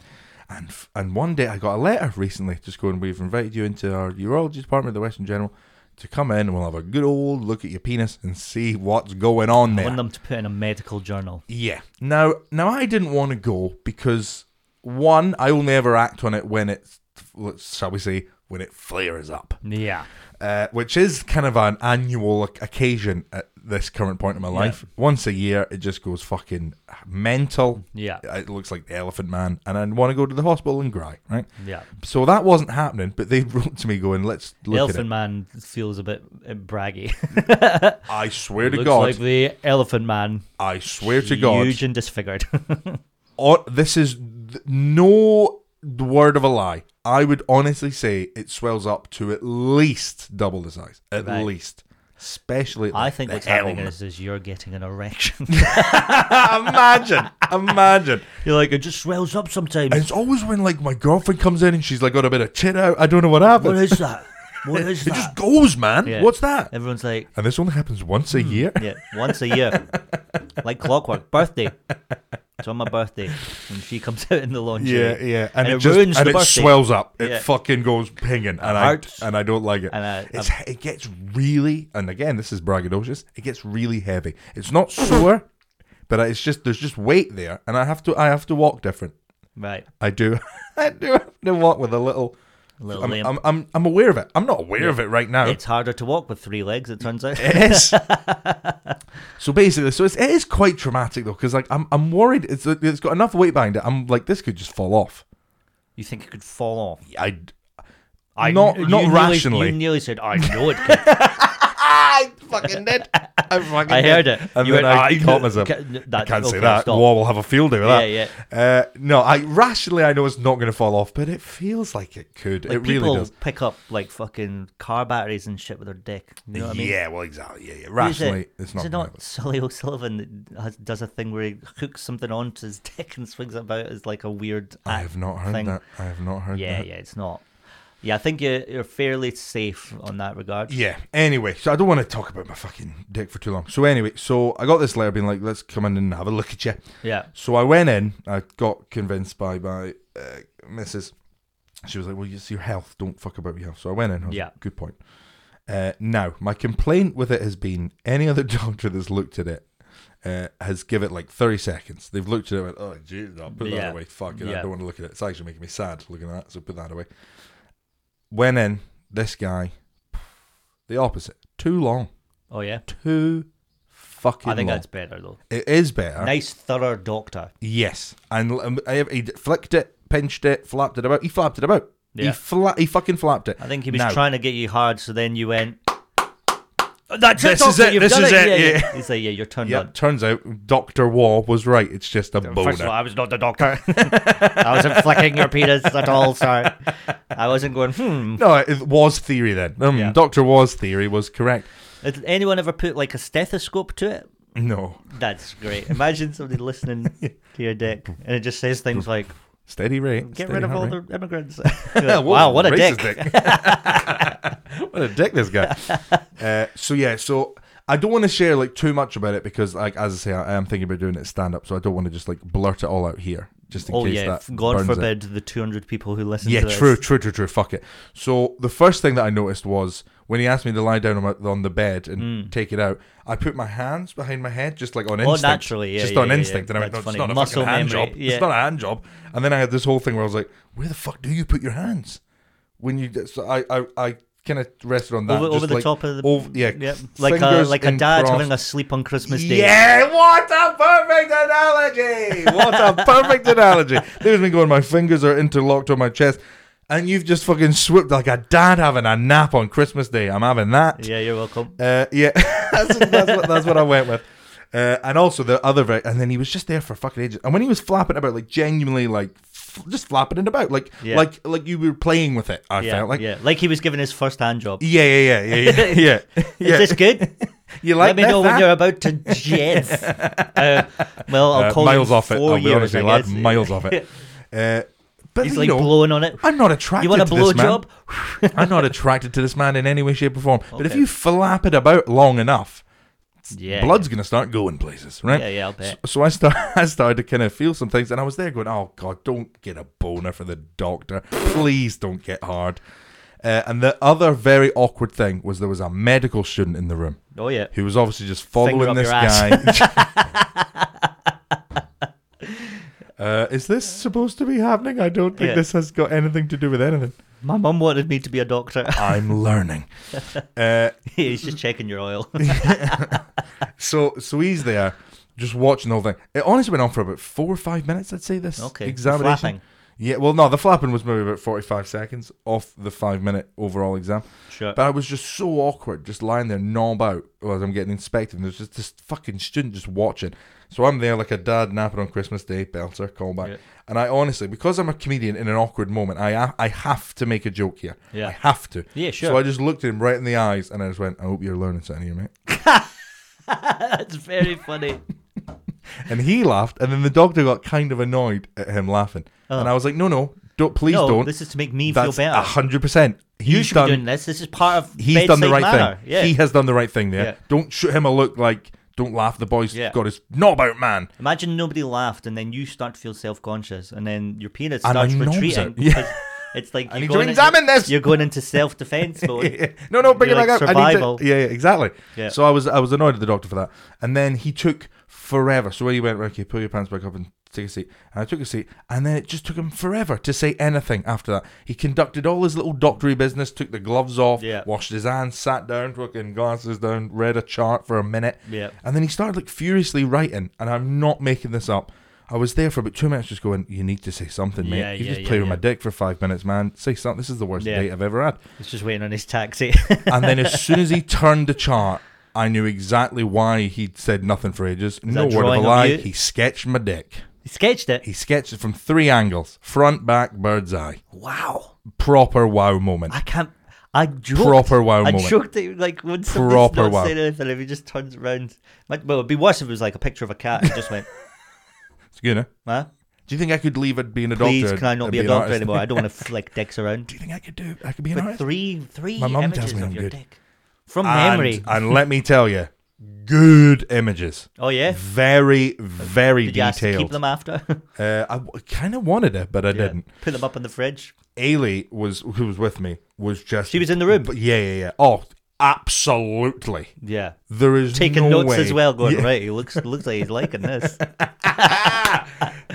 [SPEAKER 2] And f- and one day I got a letter recently, just going, we've invited you into our urology department, at the Western General. To come in, and we'll have a good old look at your penis and see what's going on
[SPEAKER 1] I
[SPEAKER 2] there.
[SPEAKER 1] want them to put in a medical journal.
[SPEAKER 2] Yeah. Now, now I didn't want to go because one, I only ever act on it when it, shall we say, when it flares up,
[SPEAKER 1] Yeah.
[SPEAKER 2] uh, which is kind of an annual oc- occasion at this current point in my life. Once a year, it just goes fucking mental.
[SPEAKER 1] Yeah.
[SPEAKER 2] It looks like the Elephant Man, and I want to go to the hospital and cry. Right.
[SPEAKER 1] Yeah.
[SPEAKER 2] So that wasn't happening, but they wrote to me going, "Let's look
[SPEAKER 1] elephant
[SPEAKER 2] at
[SPEAKER 1] Man feels a bit uh, braggy.
[SPEAKER 2] it." I swear to
[SPEAKER 1] Looks
[SPEAKER 2] God,
[SPEAKER 1] like the Elephant Man,
[SPEAKER 2] I swear to God,
[SPEAKER 1] huge and disfigured.
[SPEAKER 2] or this is th- no word of a lie. I would honestly say it swells up to at least double the size, at
[SPEAKER 1] Right.
[SPEAKER 2] least. Especially, at,
[SPEAKER 1] I
[SPEAKER 2] like,
[SPEAKER 1] think
[SPEAKER 2] the
[SPEAKER 1] what's happening
[SPEAKER 2] helm.
[SPEAKER 1] is, is you're getting an erection.
[SPEAKER 2] imagine, imagine.
[SPEAKER 1] you're like, it just swells up
[SPEAKER 2] And
[SPEAKER 1] sometimes.
[SPEAKER 2] it's always when like my girlfriend comes in and she's like got a bit of tit out. I don't know what happened.
[SPEAKER 1] What is that? What is
[SPEAKER 2] it just
[SPEAKER 1] that?
[SPEAKER 2] goes, man.
[SPEAKER 1] Yeah.
[SPEAKER 2] What's that?
[SPEAKER 1] Everyone's like,
[SPEAKER 2] And this only happens once a year.
[SPEAKER 1] Yeah, once a year, like clockwork. Birthday. It's on my birthday, and she comes out in the lingerie.
[SPEAKER 2] Yeah, yeah, and,
[SPEAKER 1] And
[SPEAKER 2] it,
[SPEAKER 1] it
[SPEAKER 2] just
[SPEAKER 1] ruins
[SPEAKER 2] and
[SPEAKER 1] the
[SPEAKER 2] it
[SPEAKER 1] birthday.
[SPEAKER 2] swells up. It
[SPEAKER 1] Yeah.
[SPEAKER 2] fucking goes pinging, and I
[SPEAKER 1] hurts.
[SPEAKER 2] and I don't like it.
[SPEAKER 1] And I-
[SPEAKER 2] it's, it gets really, and again, this is braggadocious. It gets really heavy. It's not sore, but it's just there's just weight there, and I have to I have to walk different.
[SPEAKER 1] Right.
[SPEAKER 2] I do, I do have to walk with a little.
[SPEAKER 1] Little
[SPEAKER 2] I'm,
[SPEAKER 1] limp.
[SPEAKER 2] I'm, I'm, I'm aware of it. I'm not aware of it right now.
[SPEAKER 1] It's harder to walk with three legs. It turns out.
[SPEAKER 2] It is. so basically, so it's, it is quite traumatic though, because like I'm, I'm worried. It's, it's got enough weight behind it. I'm like, this could just fall off.
[SPEAKER 1] You think it could fall off?
[SPEAKER 2] I
[SPEAKER 1] I
[SPEAKER 2] Not-
[SPEAKER 1] kn-
[SPEAKER 2] not
[SPEAKER 1] you nearly-
[SPEAKER 2] rationally.
[SPEAKER 1] you nearly said, "I know it." Kid.
[SPEAKER 2] Ah, I fucking did. I fucking
[SPEAKER 1] I heard it.
[SPEAKER 2] And
[SPEAKER 1] You
[SPEAKER 2] then
[SPEAKER 1] went,
[SPEAKER 2] I,
[SPEAKER 1] "I
[SPEAKER 2] caught
[SPEAKER 1] know-
[SPEAKER 2] myself.
[SPEAKER 1] ca- n-
[SPEAKER 2] I
[SPEAKER 1] that-
[SPEAKER 2] can't say
[SPEAKER 1] okay,
[SPEAKER 2] that.
[SPEAKER 1] stop.
[SPEAKER 2] War will have a field day with that.
[SPEAKER 1] Yeah,
[SPEAKER 2] Uh, no, I rationally I know it's not going to fall off, but it feels like it could.
[SPEAKER 1] Like
[SPEAKER 2] it
[SPEAKER 1] people
[SPEAKER 2] really does.
[SPEAKER 1] pick up like fucking car batteries and shit with their dick. You know what I mean?
[SPEAKER 2] Yeah, well, exactly. Yeah, yeah.
[SPEAKER 1] Who's it?
[SPEAKER 2] Rationally, it's not.
[SPEAKER 1] Is it
[SPEAKER 2] gonna
[SPEAKER 1] not Sully O'Sullivan that has, does a thing where he hooks something onto his dick and swings it about as like a weird?
[SPEAKER 2] I
[SPEAKER 1] act
[SPEAKER 2] have not heard
[SPEAKER 1] thing.
[SPEAKER 2] that. I have not heard
[SPEAKER 1] Yeah,
[SPEAKER 2] that.
[SPEAKER 1] yeah, it's not. Yeah, I think you're, you're fairly safe on that regard.
[SPEAKER 2] Yeah. Anyway, so I don't want to talk about my fucking dick for too long. So anyway, so I got this letter being like, "Let's come in and have a look at you."
[SPEAKER 1] Yeah.
[SPEAKER 2] So I went in. I got convinced by my uh, missus. She was like, "Well, it's your health. Don't fuck about your health." So I went in. I was
[SPEAKER 1] Yeah.
[SPEAKER 2] like, Good point. Uh, now, my complaint with it has been any other doctor that's looked at it uh, has give it like thirty seconds. They've looked at it. and went, oh, jeez, I'll put
[SPEAKER 1] Yeah.
[SPEAKER 2] that away. Fuck it.
[SPEAKER 1] Yeah.
[SPEAKER 2] I don't want to look at it. It's actually making me sad looking at that. So put that away. Went in. This guy, the opposite. Too long.
[SPEAKER 1] Oh yeah.
[SPEAKER 2] Too fucking.
[SPEAKER 1] I think
[SPEAKER 2] long.
[SPEAKER 1] that's better though.
[SPEAKER 2] it is better.
[SPEAKER 1] Nice thorough doctor.
[SPEAKER 2] Yes, and l- um, I- he flicked it, pinched it, flapped it about. He flapped it about. He
[SPEAKER 1] Yeah.
[SPEAKER 2] fla- he fucking flapped it.
[SPEAKER 1] I think he was
[SPEAKER 2] Now,
[SPEAKER 1] trying to get you hard, so then you went. That's
[SPEAKER 2] This
[SPEAKER 1] it,
[SPEAKER 2] is
[SPEAKER 1] doctor,
[SPEAKER 2] it,
[SPEAKER 1] You've
[SPEAKER 2] this
[SPEAKER 1] done
[SPEAKER 2] is
[SPEAKER 1] it.
[SPEAKER 2] it,
[SPEAKER 1] Yeah,
[SPEAKER 2] yeah.
[SPEAKER 1] yeah. He's like, yeah, you're turned
[SPEAKER 2] Yep, turns out Doctor Waugh was right. It's just a
[SPEAKER 1] on. First of all,
[SPEAKER 2] boner.
[SPEAKER 1] I was not the doctor. I wasn't flicking your penis at all, sir. I wasn't going. Hmm.
[SPEAKER 2] No, it was theory then. Um,
[SPEAKER 1] Yeah.
[SPEAKER 2] Doctor Waugh's theory was correct.
[SPEAKER 1] Has anyone ever put like a stethoscope to it?
[SPEAKER 2] No,
[SPEAKER 1] That's great. Imagine somebody listening to your dick and it just says things like,
[SPEAKER 2] steady rate.
[SPEAKER 1] "Get
[SPEAKER 2] steady
[SPEAKER 1] rid of
[SPEAKER 2] heart
[SPEAKER 1] all
[SPEAKER 2] rate.
[SPEAKER 1] the immigrants."
[SPEAKER 2] Yeah,
[SPEAKER 1] wow, what a
[SPEAKER 2] racist
[SPEAKER 1] dick.
[SPEAKER 2] dick. what a dick this guy. Uh, so yeah, so I don't want to share like too much about it because like as I say, I am thinking about doing it stand up, so I don't want to just like blurt it all out here, just in
[SPEAKER 1] Oh
[SPEAKER 2] case
[SPEAKER 1] yeah,
[SPEAKER 2] that.
[SPEAKER 1] God
[SPEAKER 2] burns it.
[SPEAKER 1] forbid the 200 people who listen
[SPEAKER 2] Yeah,
[SPEAKER 1] to this.
[SPEAKER 2] true, true, true, true. Fuck it. So the first thing that I noticed was when he asked me to lie down on, my, on the bed and take it out, I put my hands behind my head just like on
[SPEAKER 1] Mm. Oh,
[SPEAKER 2] instinct.
[SPEAKER 1] naturally, yeah,
[SPEAKER 2] just
[SPEAKER 1] yeah,
[SPEAKER 2] on
[SPEAKER 1] yeah, yeah.
[SPEAKER 2] instinct, and I went, no,
[SPEAKER 1] That's
[SPEAKER 2] it's not
[SPEAKER 1] funny.
[SPEAKER 2] a
[SPEAKER 1] Muscle
[SPEAKER 2] fucking hand
[SPEAKER 1] memory,
[SPEAKER 2] job.
[SPEAKER 1] yeah.
[SPEAKER 2] It's not a hand job. And then I had this whole thing where I was like, where the fuck do you put your hands when you? d- So I, I, I kind of rested on that
[SPEAKER 1] Over,
[SPEAKER 2] just
[SPEAKER 1] over the
[SPEAKER 2] like
[SPEAKER 1] top of the
[SPEAKER 2] over- yeah,
[SPEAKER 1] yep. like a
[SPEAKER 2] fingers
[SPEAKER 1] like a dad
[SPEAKER 2] encrossed.
[SPEAKER 1] having a sleep on Christmas Day.
[SPEAKER 2] Yeah, what a perfect analogy! What a perfect analogy! There's me going, my fingers are interlocked on my chest, and you've just fucking swooped like a dad having a nap on Christmas Day. I'm having that.
[SPEAKER 1] yeah, you're welcome.
[SPEAKER 2] Uh, yeah, that's, that's, what, that's what I went with. Uh, and also the other, ver- and then he was just there for fucking ages. And when he was flapping about, like genuinely, like f- just flapping it about, like
[SPEAKER 1] Yeah.
[SPEAKER 2] like like you were playing with it. I
[SPEAKER 1] Yeah,
[SPEAKER 2] felt like yeah,
[SPEAKER 1] yeah, like he was given his first hand job. Is
[SPEAKER 2] yeah, yeah, yeah, yeah, yeah. yeah.
[SPEAKER 1] this good?
[SPEAKER 2] you
[SPEAKER 1] Let
[SPEAKER 2] like
[SPEAKER 1] me
[SPEAKER 2] that,
[SPEAKER 1] know
[SPEAKER 2] that?
[SPEAKER 1] when you're about to jizz. uh, well, I'll
[SPEAKER 2] Uh,
[SPEAKER 1] call
[SPEAKER 2] miles
[SPEAKER 1] you in
[SPEAKER 2] off it.
[SPEAKER 1] four
[SPEAKER 2] I'll be
[SPEAKER 1] years,
[SPEAKER 2] honest, with
[SPEAKER 1] I
[SPEAKER 2] you, lad,
[SPEAKER 1] guess.
[SPEAKER 2] miles off it. Uh, but
[SPEAKER 1] He's
[SPEAKER 2] you
[SPEAKER 1] like
[SPEAKER 2] know,
[SPEAKER 1] blowing on it.
[SPEAKER 2] I'm not attracted.
[SPEAKER 1] You want a
[SPEAKER 2] to this man.
[SPEAKER 1] blowjob?
[SPEAKER 2] I'm not attracted to this man in any way, shape, or form. But if
[SPEAKER 1] Okay.
[SPEAKER 2] you flap it about long enough,
[SPEAKER 1] Yeah,
[SPEAKER 2] blood's gonna start going places, right?
[SPEAKER 1] Yeah, yeah, I'll
[SPEAKER 2] So,
[SPEAKER 1] bet.
[SPEAKER 2] so I start, I started to kind of feel some things, and I was there going, "Oh God, don't get a boner for the doctor. Please don't get hard." Uh, and the other very awkward thing was there was a medical student in the room
[SPEAKER 1] Oh yeah.
[SPEAKER 2] who was obviously just
[SPEAKER 1] Finger
[SPEAKER 2] following
[SPEAKER 1] up
[SPEAKER 2] this
[SPEAKER 1] your ass.
[SPEAKER 2] guy. uh, is this supposed to be happening? I don't think
[SPEAKER 1] Yeah.
[SPEAKER 2] this has got anything to do with anything.
[SPEAKER 1] My mum wanted me to be a doctor.
[SPEAKER 2] I'm learning. uh,
[SPEAKER 1] He's just checking your oil.
[SPEAKER 2] so, so he's there, just watching the whole thing. It honestly went on for about four or five minutes. I'd say this
[SPEAKER 1] Okay, the
[SPEAKER 2] examination.
[SPEAKER 1] flapping.
[SPEAKER 2] Yeah, well, no, the flapping was maybe about forty-five seconds off the five-minute overall exam.
[SPEAKER 1] Sure.
[SPEAKER 2] But I was just so awkward, just lying there, knob out as I'm getting inspected. And there's just this fucking student just watching. So I'm there like a dad napping on Christmas Day, belter, callback.
[SPEAKER 1] Yeah.
[SPEAKER 2] And I honestly, because I'm a comedian in an awkward moment, I ha- I have to make a joke here.
[SPEAKER 1] Yeah.
[SPEAKER 2] I have to.
[SPEAKER 1] Yeah,
[SPEAKER 2] So
[SPEAKER 1] sure.
[SPEAKER 2] I just looked at him right in the eyes and I just went, I hope you're learning something here, mate.
[SPEAKER 1] That's very funny.
[SPEAKER 2] And he laughed. And then the doctor got kind of annoyed at him laughing. And I was like, no, no, don't, please
[SPEAKER 1] Oh. no,
[SPEAKER 2] don't.
[SPEAKER 1] this is to make me
[SPEAKER 2] That's
[SPEAKER 1] feel better.
[SPEAKER 2] 100%.
[SPEAKER 1] You
[SPEAKER 2] He's
[SPEAKER 1] should
[SPEAKER 2] done
[SPEAKER 1] be doing this. This is part of
[SPEAKER 2] he's done the right
[SPEAKER 1] bedside manner.
[SPEAKER 2] thing.
[SPEAKER 1] Yeah.
[SPEAKER 2] He has done the right thing there.
[SPEAKER 1] Yeah.
[SPEAKER 2] Don't shoot him a look like don't laugh. The boy's
[SPEAKER 1] Yeah.
[SPEAKER 2] got his knob out, man.
[SPEAKER 1] Imagine nobody laughed, and then you start to feel self-conscious, and then your penis
[SPEAKER 2] And my
[SPEAKER 1] starts
[SPEAKER 2] knobs
[SPEAKER 1] retreating.
[SPEAKER 2] out. Yeah.
[SPEAKER 1] because It's like
[SPEAKER 2] I
[SPEAKER 1] you're
[SPEAKER 2] need to
[SPEAKER 1] going in-
[SPEAKER 2] examine this.
[SPEAKER 1] You're going into self-defense mode.
[SPEAKER 2] no, no, bring
[SPEAKER 1] You're
[SPEAKER 2] it back
[SPEAKER 1] like
[SPEAKER 2] up. I need
[SPEAKER 1] survival.
[SPEAKER 2] to, yeah, yeah, exactly.
[SPEAKER 1] Yeah.
[SPEAKER 2] So I was I was annoyed at the doctor for that, and then he took forever. So when he went, okay, pull your pants back up and take a seat, and I took a seat, and then it just took him forever to say anything after that. He conducted all his little doctory business, took the gloves off,
[SPEAKER 1] Yeah.
[SPEAKER 2] washed his hands, sat down, fucking glasses down, read a chart for a minute,
[SPEAKER 1] Yeah.
[SPEAKER 2] and then he started like furiously writing, and I'm not making this up. I was there for about two minutes, just going, "You need to say something, mate.
[SPEAKER 1] Yeah,
[SPEAKER 2] you
[SPEAKER 1] yeah,
[SPEAKER 2] just
[SPEAKER 1] yeah,
[SPEAKER 2] play with my
[SPEAKER 1] yeah.
[SPEAKER 2] dick for five minutes, man. Say something. This is the worst
[SPEAKER 1] Yeah.
[SPEAKER 2] date I've ever had."
[SPEAKER 1] He's just waiting on his taxi.
[SPEAKER 2] And then as soon as he turned the chart, I knew exactly why he'd said nothing for ages. no
[SPEAKER 1] that
[SPEAKER 2] word of a
[SPEAKER 1] drawing of
[SPEAKER 2] lie.
[SPEAKER 1] you?
[SPEAKER 2] He sketched my dick.
[SPEAKER 1] he sketched it.
[SPEAKER 2] He sketched it from three angles: front, back, bird's eye.
[SPEAKER 1] Wow.
[SPEAKER 2] Proper wow moment.
[SPEAKER 1] I can't. I joked.
[SPEAKER 2] Proper wow
[SPEAKER 1] I
[SPEAKER 2] moment.
[SPEAKER 1] joked that like when somebody's
[SPEAKER 2] Proper
[SPEAKER 1] not
[SPEAKER 2] wow.
[SPEAKER 1] saying anything, if he just turns around. Might- Well, it'd be worse if it was like a picture of a cat and just went,
[SPEAKER 2] It's good, huh?
[SPEAKER 1] "Huh?
[SPEAKER 2] Do you think I could leave it being a
[SPEAKER 1] Please,
[SPEAKER 2] doctor?
[SPEAKER 1] can I
[SPEAKER 2] and
[SPEAKER 1] not be a
[SPEAKER 2] an
[SPEAKER 1] doctor
[SPEAKER 2] artist?
[SPEAKER 1] anymore? I don't want to flick dicks around."
[SPEAKER 2] Do you think I could do? I could be an
[SPEAKER 1] But
[SPEAKER 2] artist.
[SPEAKER 1] three, three
[SPEAKER 2] My mum
[SPEAKER 1] images
[SPEAKER 2] tells me
[SPEAKER 1] of
[SPEAKER 2] I'm
[SPEAKER 1] your
[SPEAKER 2] good.
[SPEAKER 1] dick from
[SPEAKER 2] And-
[SPEAKER 1] memory.
[SPEAKER 2] And let me tell you, good images.
[SPEAKER 1] oh yeah.
[SPEAKER 2] Very, very
[SPEAKER 1] Did you ask to keep
[SPEAKER 2] detailed.
[SPEAKER 1] them after?
[SPEAKER 2] Uh, I kind of wanted it, but I
[SPEAKER 1] Yeah.
[SPEAKER 2] didn't.
[SPEAKER 1] Put them up in the fridge.
[SPEAKER 2] Ailey was who was with me was just
[SPEAKER 1] She was in the room.
[SPEAKER 2] But yeah, yeah, yeah. Oh, absolutely.
[SPEAKER 1] Yeah.
[SPEAKER 2] There is
[SPEAKER 1] Taking
[SPEAKER 2] no
[SPEAKER 1] notes as
[SPEAKER 2] way-
[SPEAKER 1] well, going
[SPEAKER 2] yeah,
[SPEAKER 1] right. He looks looks like he's liking this.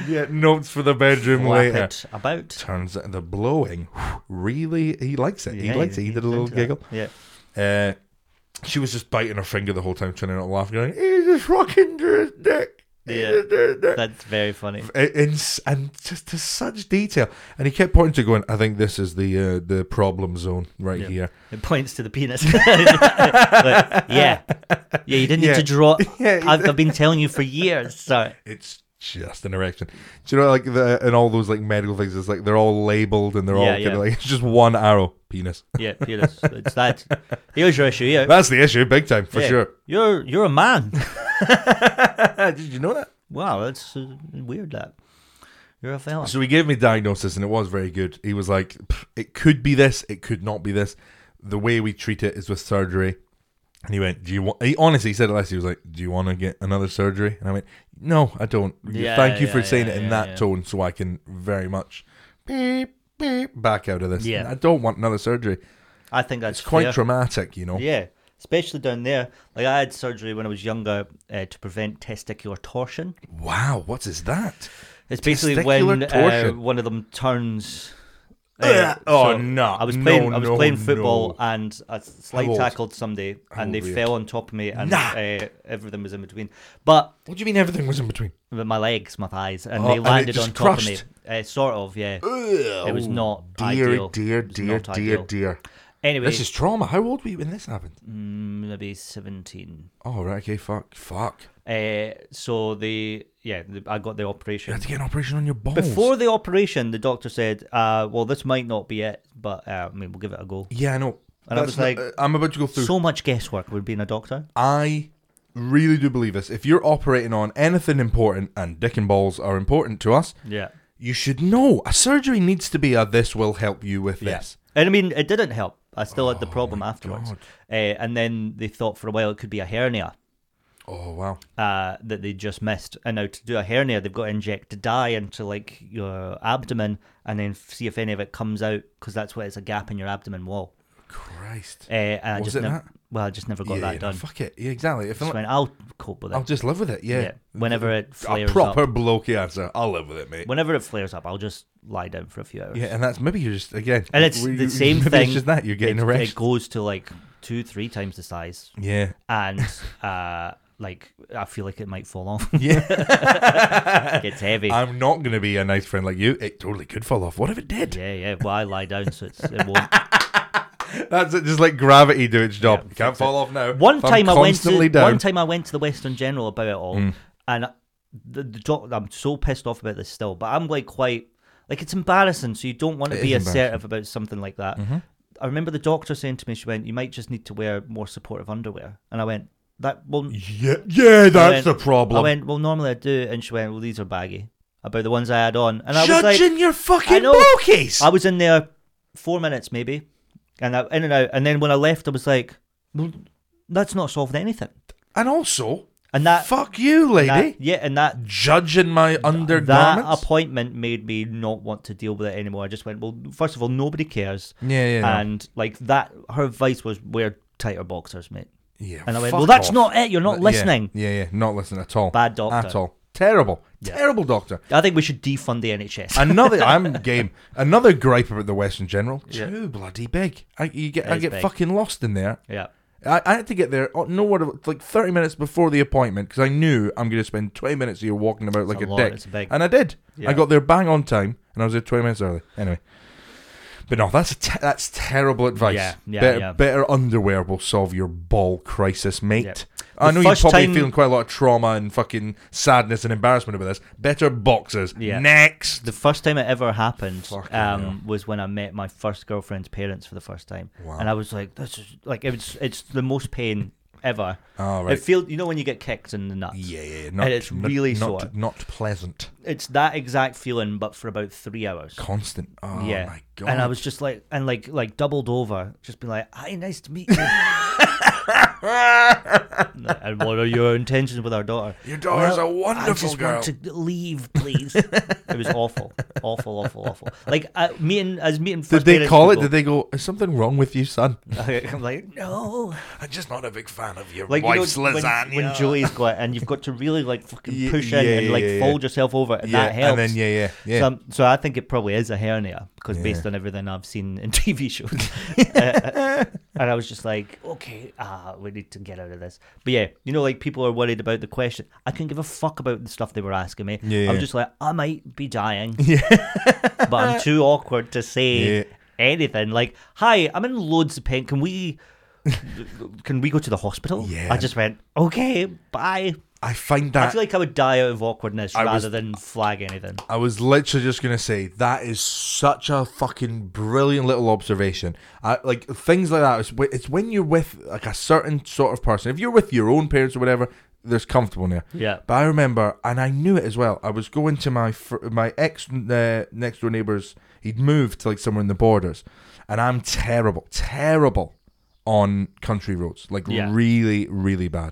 [SPEAKER 2] yeah, notes for the bedroom
[SPEAKER 1] Flap
[SPEAKER 2] later.
[SPEAKER 1] it about.
[SPEAKER 2] Turns out the blowing really he likes it.
[SPEAKER 1] Yeah,
[SPEAKER 2] he likes it. He did a little
[SPEAKER 1] into that.
[SPEAKER 2] giggle.
[SPEAKER 1] Yeah.
[SPEAKER 2] Uh, she was just biting her finger the whole time, trying not to laugh, going, "He's just rocking to his dick." He's
[SPEAKER 1] Yeah.
[SPEAKER 2] just doing his dick."
[SPEAKER 1] That's very funny.
[SPEAKER 2] in, and just to such detail. And he kept pointing to going, I think this is the uh, the problem zone right here.
[SPEAKER 1] It points to the penis. Like, yeah. Yeah, you didn't
[SPEAKER 2] Yeah.
[SPEAKER 1] need to draw.
[SPEAKER 2] Yeah,
[SPEAKER 1] I've, I've been telling you for years. Sorry.
[SPEAKER 2] It's just an erection. Do you know, like, the, and all those, like, medical things, it's like they're all labeled and they're all
[SPEAKER 1] Yeah,
[SPEAKER 2] kind of
[SPEAKER 1] yeah.
[SPEAKER 2] like, it's just one arrow, penis.
[SPEAKER 1] Yeah, penis. It's that. Here's your issue. Yeah.
[SPEAKER 2] That's the issue, big time, for
[SPEAKER 1] Yeah.
[SPEAKER 2] sure.
[SPEAKER 1] You're you're a man.
[SPEAKER 2] Did you know that?
[SPEAKER 1] Wow, that's uh, weird. That you're a fella.
[SPEAKER 2] So he gave me diagnosis and it was very good. He was like, "Pff, it could be this, it could not be this. The way we treat it is with surgery. And he went, do you want, he honestly said it last, he was like, do you want to get another surgery? And I went, no, I don't.
[SPEAKER 1] Yeah,
[SPEAKER 2] Thank you for
[SPEAKER 1] yeah,
[SPEAKER 2] saying
[SPEAKER 1] yeah,
[SPEAKER 2] it in
[SPEAKER 1] yeah,
[SPEAKER 2] that
[SPEAKER 1] yeah.
[SPEAKER 2] tone so I can very much beep, beep, back out of this.
[SPEAKER 1] Yeah.
[SPEAKER 2] I don't want another surgery.
[SPEAKER 1] I think that's
[SPEAKER 2] It's quite
[SPEAKER 1] fair.
[SPEAKER 2] traumatic, you know.
[SPEAKER 1] Yeah, especially down there. Like I had surgery when I was younger uh, to prevent testicular torsion.
[SPEAKER 2] Wow, what is that?
[SPEAKER 1] It's basically when
[SPEAKER 2] Testicular
[SPEAKER 1] uh,
[SPEAKER 2] torsion.
[SPEAKER 1] one of them turns. uh,
[SPEAKER 2] Ugh. Oh, no.
[SPEAKER 1] I was
[SPEAKER 2] No,
[SPEAKER 1] playing. I was
[SPEAKER 2] no,
[SPEAKER 1] playing football
[SPEAKER 2] no.
[SPEAKER 1] and I
[SPEAKER 2] How
[SPEAKER 1] slide
[SPEAKER 2] old?
[SPEAKER 1] tackled somebody, and they
[SPEAKER 2] old were you?
[SPEAKER 1] fell on top of me, and
[SPEAKER 2] Nah.
[SPEAKER 1] uh, everything was in between. But
[SPEAKER 2] What do you mean everything was in between?
[SPEAKER 1] with my legs, my thighs, and
[SPEAKER 2] Oh,
[SPEAKER 1] they
[SPEAKER 2] and it
[SPEAKER 1] landed
[SPEAKER 2] just
[SPEAKER 1] on top
[SPEAKER 2] crushed? Oh,
[SPEAKER 1] of me. Uh, sort of, yeah. It was not
[SPEAKER 2] dear,
[SPEAKER 1] ideal.
[SPEAKER 2] Dear,
[SPEAKER 1] It was
[SPEAKER 2] dear,
[SPEAKER 1] not
[SPEAKER 2] dear,
[SPEAKER 1] ideal.
[SPEAKER 2] dear.
[SPEAKER 1] Anyway,
[SPEAKER 2] This is trauma. How old were you when this happened?
[SPEAKER 1] mm, maybe seventeen.
[SPEAKER 2] Oh, right, okay, fuck, fuck.
[SPEAKER 1] Uh, so they, yeah, the, I got the operation.
[SPEAKER 2] You had to get an operation on your balls.
[SPEAKER 1] Before the operation, the doctor said, uh, "Well, this might not be it, but uh, I mean, we'll give it a go."
[SPEAKER 2] Yeah, I know.
[SPEAKER 1] And I was
[SPEAKER 2] not-
[SPEAKER 1] like,
[SPEAKER 2] uh, I'm about to go through.
[SPEAKER 1] So much guesswork with being a doctor.
[SPEAKER 2] I really do believe this. If you're operating on anything important, and dick and balls are important to us,
[SPEAKER 1] Yeah,
[SPEAKER 2] you should know. A surgery needs to be a this will help you with this.
[SPEAKER 1] And I mean, it didn't help. I still had the problem afterwards.
[SPEAKER 2] God.
[SPEAKER 1] Uh, and then they thought for a while it could be a hernia
[SPEAKER 2] Oh, wow.
[SPEAKER 1] uh, that they just missed. And now to do a hernia, they've got to inject dye into like your abdomen and then f- see if any of it comes out because that's what it's a gap in your abdomen wall.
[SPEAKER 2] Christ.
[SPEAKER 1] Uh, and I
[SPEAKER 2] Oh, Was
[SPEAKER 1] just
[SPEAKER 2] it
[SPEAKER 1] nev-
[SPEAKER 2] that?
[SPEAKER 1] well, I just never got
[SPEAKER 2] yeah,
[SPEAKER 1] that
[SPEAKER 2] yeah,
[SPEAKER 1] done.
[SPEAKER 2] Fuck it. Yeah, exactly. If
[SPEAKER 1] Just
[SPEAKER 2] not,
[SPEAKER 1] went, I'll cope with it.
[SPEAKER 2] I'll just live with it. Yeah.
[SPEAKER 1] Yeah. Whenever it flares
[SPEAKER 2] a proper
[SPEAKER 1] up.
[SPEAKER 2] blokey answer. I'll live with it, mate.
[SPEAKER 1] Whenever it flares up, I'll just lie down for a few hours.
[SPEAKER 2] yeah, and that's maybe you're just again.
[SPEAKER 1] And it's
[SPEAKER 2] we-
[SPEAKER 1] the same
[SPEAKER 2] maybe
[SPEAKER 1] thing.
[SPEAKER 2] It's just that you're getting
[SPEAKER 1] it,
[SPEAKER 2] arrested.
[SPEAKER 1] It goes to like two, three times the size,
[SPEAKER 2] yeah.
[SPEAKER 1] and uh, like I feel like it might fall off.
[SPEAKER 2] Yeah.
[SPEAKER 1] it's heavy.
[SPEAKER 2] I'm not going to be a nice friend like you. It totally could fall off. What if it did?
[SPEAKER 1] yeah, yeah. Well, I lie down, so it's, it won't.
[SPEAKER 2] That's it. Just let gravity do its job.
[SPEAKER 1] Yeah,
[SPEAKER 2] Can't
[SPEAKER 1] fix
[SPEAKER 2] fall off now.
[SPEAKER 1] One
[SPEAKER 2] If I'm
[SPEAKER 1] time I went
[SPEAKER 2] constantly
[SPEAKER 1] to
[SPEAKER 2] down. Mm.
[SPEAKER 1] one time I went to the Western General about it all, and the, the doc, I'm so pissed off about this still. But I'm like quite like it's embarrassing. So you don't want to
[SPEAKER 2] It
[SPEAKER 1] be
[SPEAKER 2] is Mm-hmm.
[SPEAKER 1] assertive about something like that. I remember the doctor saying to me, she went, "You might just need to wear more supportive underwear," and I went, "That well."
[SPEAKER 2] Yeah, yeah,
[SPEAKER 1] I
[SPEAKER 2] that's
[SPEAKER 1] went-
[SPEAKER 2] the problem.
[SPEAKER 1] I went, well, normally I do, and she went, well, these are baggy. About the ones I had on, and I was like,
[SPEAKER 2] Judging your
[SPEAKER 1] I
[SPEAKER 2] fucking
[SPEAKER 1] know.
[SPEAKER 2] bulkies.
[SPEAKER 1] I was in there four minutes maybe, and I, in and out, and then when I left, I was like, well, that's not solving anything.
[SPEAKER 2] and also,
[SPEAKER 1] And that
[SPEAKER 2] fuck you, lady.
[SPEAKER 1] that- yeah, and that
[SPEAKER 2] Judging my
[SPEAKER 1] that
[SPEAKER 2] undergarments.
[SPEAKER 1] appointment made me not want to deal with it anymore. I just went, well, first of all, nobody cares,
[SPEAKER 2] yeah, yeah, yeah.
[SPEAKER 1] and like that, her advice was wear tighter boxers, mate.
[SPEAKER 2] yeah.
[SPEAKER 1] And I went,
[SPEAKER 2] fuck
[SPEAKER 1] well, that's
[SPEAKER 2] off.
[SPEAKER 1] not it. You're not
[SPEAKER 2] Yeah,
[SPEAKER 1] listening.
[SPEAKER 2] Yeah, yeah, not listening at all.
[SPEAKER 1] Bad doctor.
[SPEAKER 2] At all. Terrible. Terrible doctor.
[SPEAKER 1] I think we should defund the NHS.
[SPEAKER 2] Another, I'm game. Another gripe about the Western General.
[SPEAKER 1] Yeah.
[SPEAKER 2] Too bloody big. I you get, I
[SPEAKER 1] is
[SPEAKER 2] get
[SPEAKER 1] big.
[SPEAKER 2] fucking lost in there.
[SPEAKER 1] yeah,
[SPEAKER 2] I, I had to get there oh, no what like 30 minutes before the appointment because I knew I'm going to spend 20 minutes here walking about like
[SPEAKER 1] a
[SPEAKER 2] a,
[SPEAKER 1] lot,
[SPEAKER 2] dick.
[SPEAKER 1] it's big.
[SPEAKER 2] And I did.
[SPEAKER 1] Yeah.
[SPEAKER 2] I got there bang on time and I was there 20 minutes early. Anyway. But no, that's te- that's terrible advice.
[SPEAKER 1] Yeah, yeah,
[SPEAKER 2] better,
[SPEAKER 1] yeah.
[SPEAKER 2] better underwear will solve your ball crisis, mate.
[SPEAKER 1] Yep.
[SPEAKER 2] I
[SPEAKER 1] The
[SPEAKER 2] know you're
[SPEAKER 1] first
[SPEAKER 2] probably
[SPEAKER 1] time-
[SPEAKER 2] feeling quite a lot of trauma and fucking sadness and embarrassment about this. Better boxes.
[SPEAKER 1] Yeah.
[SPEAKER 2] Next.
[SPEAKER 1] The first time it ever happened
[SPEAKER 2] Fucking
[SPEAKER 1] um, was when I met my first girlfriend's parents for the first time,
[SPEAKER 2] Wow.
[SPEAKER 1] and I was like, "This is like it's it's the most pain ever."
[SPEAKER 2] Oh, right.
[SPEAKER 1] It feels you know when you get kicked in the nuts.
[SPEAKER 2] Yeah, yeah, yeah. Not,
[SPEAKER 1] And it's
[SPEAKER 2] not-
[SPEAKER 1] really
[SPEAKER 2] not,
[SPEAKER 1] sore.
[SPEAKER 2] Not pleasant.
[SPEAKER 1] It's that exact feeling, but for about three hours.
[SPEAKER 2] Constant. Oh,
[SPEAKER 1] yeah,
[SPEAKER 2] my God.
[SPEAKER 1] and I was just like, and like like doubled over, just being like, "Hi, nice to meet you." and what are your intentions with our daughter?
[SPEAKER 2] Your daughter's
[SPEAKER 1] Well,
[SPEAKER 2] a wonderful
[SPEAKER 1] I just
[SPEAKER 2] girl.
[SPEAKER 1] want to leave, please. it was awful, awful, awful, awful. Like uh, meeting as meeting.
[SPEAKER 2] Did they call it? Did they go, is something wrong with you, son?
[SPEAKER 1] they? I'm like, no.
[SPEAKER 2] I'm just not a big fan of your
[SPEAKER 1] Oh. Like
[SPEAKER 2] wife's
[SPEAKER 1] you know, when-
[SPEAKER 2] lasagna.
[SPEAKER 1] When, Julie's got and you've got to really like fucking
[SPEAKER 2] Ye-
[SPEAKER 1] push in
[SPEAKER 2] yeah,
[SPEAKER 1] and like
[SPEAKER 2] yeah, yeah.
[SPEAKER 1] fold yourself over, and
[SPEAKER 2] yeah,
[SPEAKER 1] that helps.
[SPEAKER 2] and then yeah, yeah, yeah.
[SPEAKER 1] So, I'm- so I think it probably is a hernia because based on everything I've seen in TV shows, Uh, and I was just like, okay, ah, we need to get out of this. But yeah, you know, like people are worried about the question. I couldn't give a fuck about the stuff they were asking me.
[SPEAKER 2] Yeah,
[SPEAKER 1] I'm
[SPEAKER 2] yeah.
[SPEAKER 1] just like, I might be dying, but I'm too awkward to say
[SPEAKER 2] Yeah.
[SPEAKER 1] anything. Like, hi, I'm in loads of pain. Can we? Can we go to the hospital?
[SPEAKER 2] Yeah.
[SPEAKER 1] I just went, okay, bye.
[SPEAKER 2] I find
[SPEAKER 1] I
[SPEAKER 2] that
[SPEAKER 1] feel like I would die out of awkwardness
[SPEAKER 2] I
[SPEAKER 1] rather
[SPEAKER 2] was-
[SPEAKER 1] than flag anything.
[SPEAKER 2] I was literally just gonna say that is such a fucking brilliant little observation. I, like things like that. It's, wh- it's when you're with like a certain sort of person. If you're with your own parents or whatever, there's comfortable there.
[SPEAKER 1] Yeah.
[SPEAKER 2] But I remember, and I knew it as well. I was going to my fr- my ex uh, next door neighbor's. He'd moved to like somewhere in the borders, and I'm terrible, terrible on country roads. Like
[SPEAKER 1] Yeah.
[SPEAKER 2] really, really bad.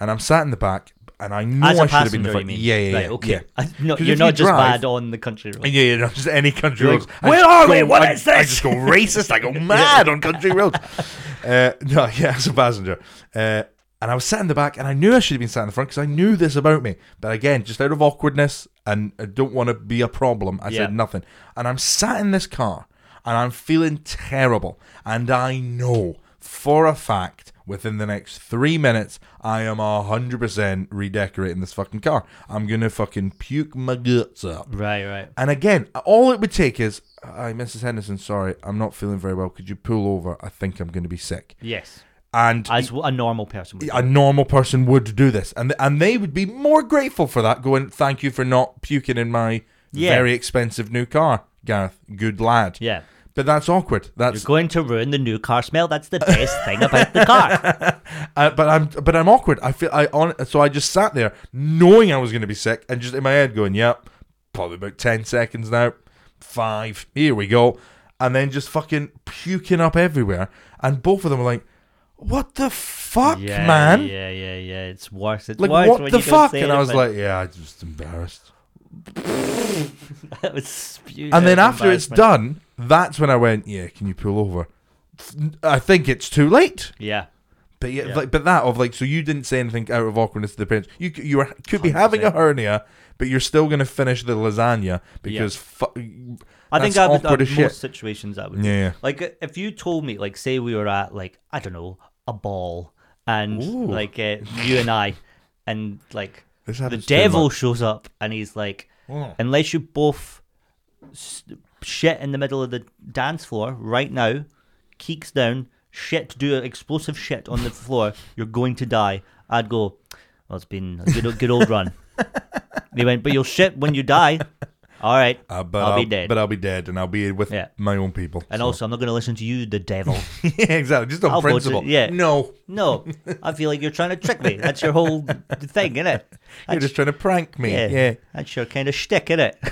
[SPEAKER 2] And I'm sat in the back, and I know
[SPEAKER 1] As
[SPEAKER 2] I
[SPEAKER 1] a
[SPEAKER 2] should have
[SPEAKER 1] passenger,
[SPEAKER 2] been the front.
[SPEAKER 1] you mean?
[SPEAKER 2] Yeah, yeah,
[SPEAKER 1] right,
[SPEAKER 2] yeah,
[SPEAKER 1] Okay.
[SPEAKER 2] yeah.
[SPEAKER 1] I- no,
[SPEAKER 2] 'Cause
[SPEAKER 1] you're
[SPEAKER 2] if you
[SPEAKER 1] not just
[SPEAKER 2] drive-
[SPEAKER 1] bad on the country road.
[SPEAKER 2] Yeah, yeah, no, just any country
[SPEAKER 1] You're
[SPEAKER 2] roads.
[SPEAKER 1] like,
[SPEAKER 2] I
[SPEAKER 1] "Where
[SPEAKER 2] just
[SPEAKER 1] are
[SPEAKER 2] go-
[SPEAKER 1] we? What
[SPEAKER 2] I,
[SPEAKER 1] is
[SPEAKER 2] I
[SPEAKER 1] this?"
[SPEAKER 2] just go racist. I go mad on country roads. Uh, no, yeah, as a passenger. Uh, and I was sat in the back, and I knew I should have been sat in the front because I knew this about me. But again, just out of awkwardness and I don't want to be a problem, I
[SPEAKER 1] Yeah.
[SPEAKER 2] said nothing. And I'm sat in this car, and I'm feeling terrible. And I know for a fact. Within the next three minutes, I am 100% redecorating this fucking car. I'm going to fucking puke my guts up.
[SPEAKER 1] Right, right.
[SPEAKER 2] And again, all it would take is, "Hi, Mrs. Henderson, sorry, I'm not feeling very well. Could you pull over? I think I'm going to be sick."
[SPEAKER 1] Yes.
[SPEAKER 2] And
[SPEAKER 1] As w- a normal person would. do.
[SPEAKER 2] a normal person would do this, and and they would be more grateful for that. Going, "Thank you for not puking in my
[SPEAKER 1] Yeah.
[SPEAKER 2] very expensive new car, Gareth. Good lad."
[SPEAKER 1] Yeah.
[SPEAKER 2] But that's awkward.
[SPEAKER 1] You're
[SPEAKER 2] That's
[SPEAKER 1] going to ruin the new car smell. That's the best thing about the car.
[SPEAKER 2] uh, but I'm but I'm awkward. I feel I on so I just sat there knowing I was going to be sick and just in my head going, "Yep, probably about ten seconds now, five. Here we go," and then just fucking puking up everywhere. And both of them were like, "What the fuck,
[SPEAKER 1] yeah,
[SPEAKER 2] man?
[SPEAKER 1] Yeah, yeah, yeah. It's worse. It's
[SPEAKER 2] Like
[SPEAKER 1] worse
[SPEAKER 2] what
[SPEAKER 1] when
[SPEAKER 2] the
[SPEAKER 1] you don't
[SPEAKER 2] fuck?"
[SPEAKER 1] say
[SPEAKER 2] And I was
[SPEAKER 1] anything.
[SPEAKER 2] like, "Yeah, I'm just embarrassed."
[SPEAKER 1] That was spewed
[SPEAKER 2] and then
[SPEAKER 1] out of
[SPEAKER 2] after it's
[SPEAKER 1] embarrassment.
[SPEAKER 2] done, that's when I went, "Yeah, can you pull over?" I think it's too late.
[SPEAKER 1] Yeah.
[SPEAKER 2] But yeah,
[SPEAKER 1] Yeah.
[SPEAKER 2] Like, but that of like, so you didn't say anything out of awkwardness to the parents. You c- you were, could be having a
[SPEAKER 1] 100%.
[SPEAKER 2] hernia, but you're still going to finish the lasagna because fu-
[SPEAKER 1] I think I
[SPEAKER 2] that's
[SPEAKER 1] would, uh,
[SPEAKER 2] awkward as
[SPEAKER 1] most
[SPEAKER 2] shit.
[SPEAKER 1] situations I would.
[SPEAKER 2] Yeah, yeah.
[SPEAKER 1] Like uh, if you told me, like say we were at like I don't know a ball, and
[SPEAKER 2] Ooh.
[SPEAKER 1] like uh, you and I, and like
[SPEAKER 2] This
[SPEAKER 1] the
[SPEAKER 2] happens too
[SPEAKER 1] devil
[SPEAKER 2] much.
[SPEAKER 1] shows up and he's like,
[SPEAKER 2] Oh.
[SPEAKER 1] unless you both s- shit in the middle of the dance floor right now, keeks down, shit, do explosive shit on the floor, you're going to die. I'd go. Well, it's been a good, good old run. they went, but you'll shit when you die. All right,
[SPEAKER 2] Uh, but
[SPEAKER 1] I'll be dead.
[SPEAKER 2] But I'll be dead, and I'll be with
[SPEAKER 1] Yeah.
[SPEAKER 2] my own people.
[SPEAKER 1] And
[SPEAKER 2] so.
[SPEAKER 1] also, I'm not going to listen to you, the devil.
[SPEAKER 2] yeah, exactly, just on
[SPEAKER 1] I'll go to-
[SPEAKER 2] principle.
[SPEAKER 1] yeah.
[SPEAKER 2] no,
[SPEAKER 1] no, I feel like you're trying to trick me. That's your whole thing, isn't it?
[SPEAKER 2] you're just trying to prank me. Yeah,
[SPEAKER 1] That's your kind of shtick, isn't it?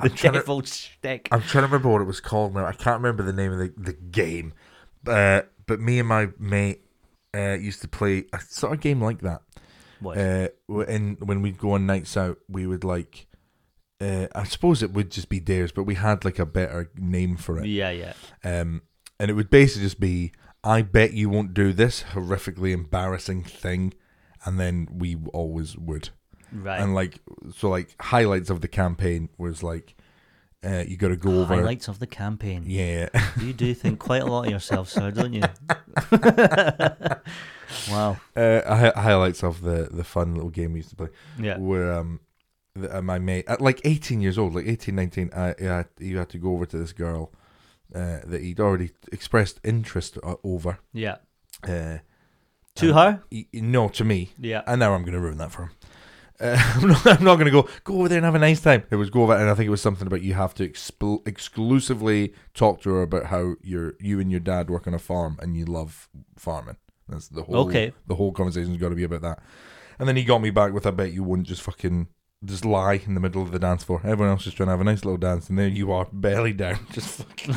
[SPEAKER 1] the
[SPEAKER 2] trying to-
[SPEAKER 1] devil shtick.
[SPEAKER 2] I'm trying to remember what it was called now. I can't remember the name of the, the game. Uh, but me and my mate uh, used to play a sort of game like that.
[SPEAKER 1] What?
[SPEAKER 2] uh, w- in when we'd go on nights out, we would like. Uh, I suppose it would just be dares, but we had like a better name for it.
[SPEAKER 1] yeah, yeah.
[SPEAKER 2] Um, and it would basically just be, "I bet you won't do this horrifically embarrassing thing," and then we always would.
[SPEAKER 1] Right.
[SPEAKER 2] And like, so like highlights of the campaign was like, uh, you got to go over.
[SPEAKER 1] Highlights of the campaign.
[SPEAKER 2] yeah,
[SPEAKER 1] You do think quite a lot of yourself, sir, don't you? wow.
[SPEAKER 2] uh, hi- highlights of the the fun little game we used to play.
[SPEAKER 1] Yeah.
[SPEAKER 2] where um th- uh, my mate at like 18 years old like 18 19 I, I had- you had to go over to this girl uh, that he'd already expressed interest o- over
[SPEAKER 1] Yeah.
[SPEAKER 2] uh,
[SPEAKER 1] To her?
[SPEAKER 2] he- no to me
[SPEAKER 1] Yeah.
[SPEAKER 2] and now I'm going to ruin that for him uh, I'm not, I'm not going to go go over there and have a nice time it was go over and I think it was something about you have to expl- exclusively talk to her about how you're you and your dad work on a farm and you love farming that's the whole
[SPEAKER 1] Okay.
[SPEAKER 2] the whole conversation's got to be about that. And then he got me back with, I bet you wouldn't just fucking just lie in the middle of the dance floor. Everyone else is trying to have a nice little dance, and there you are, belly down, just fucking.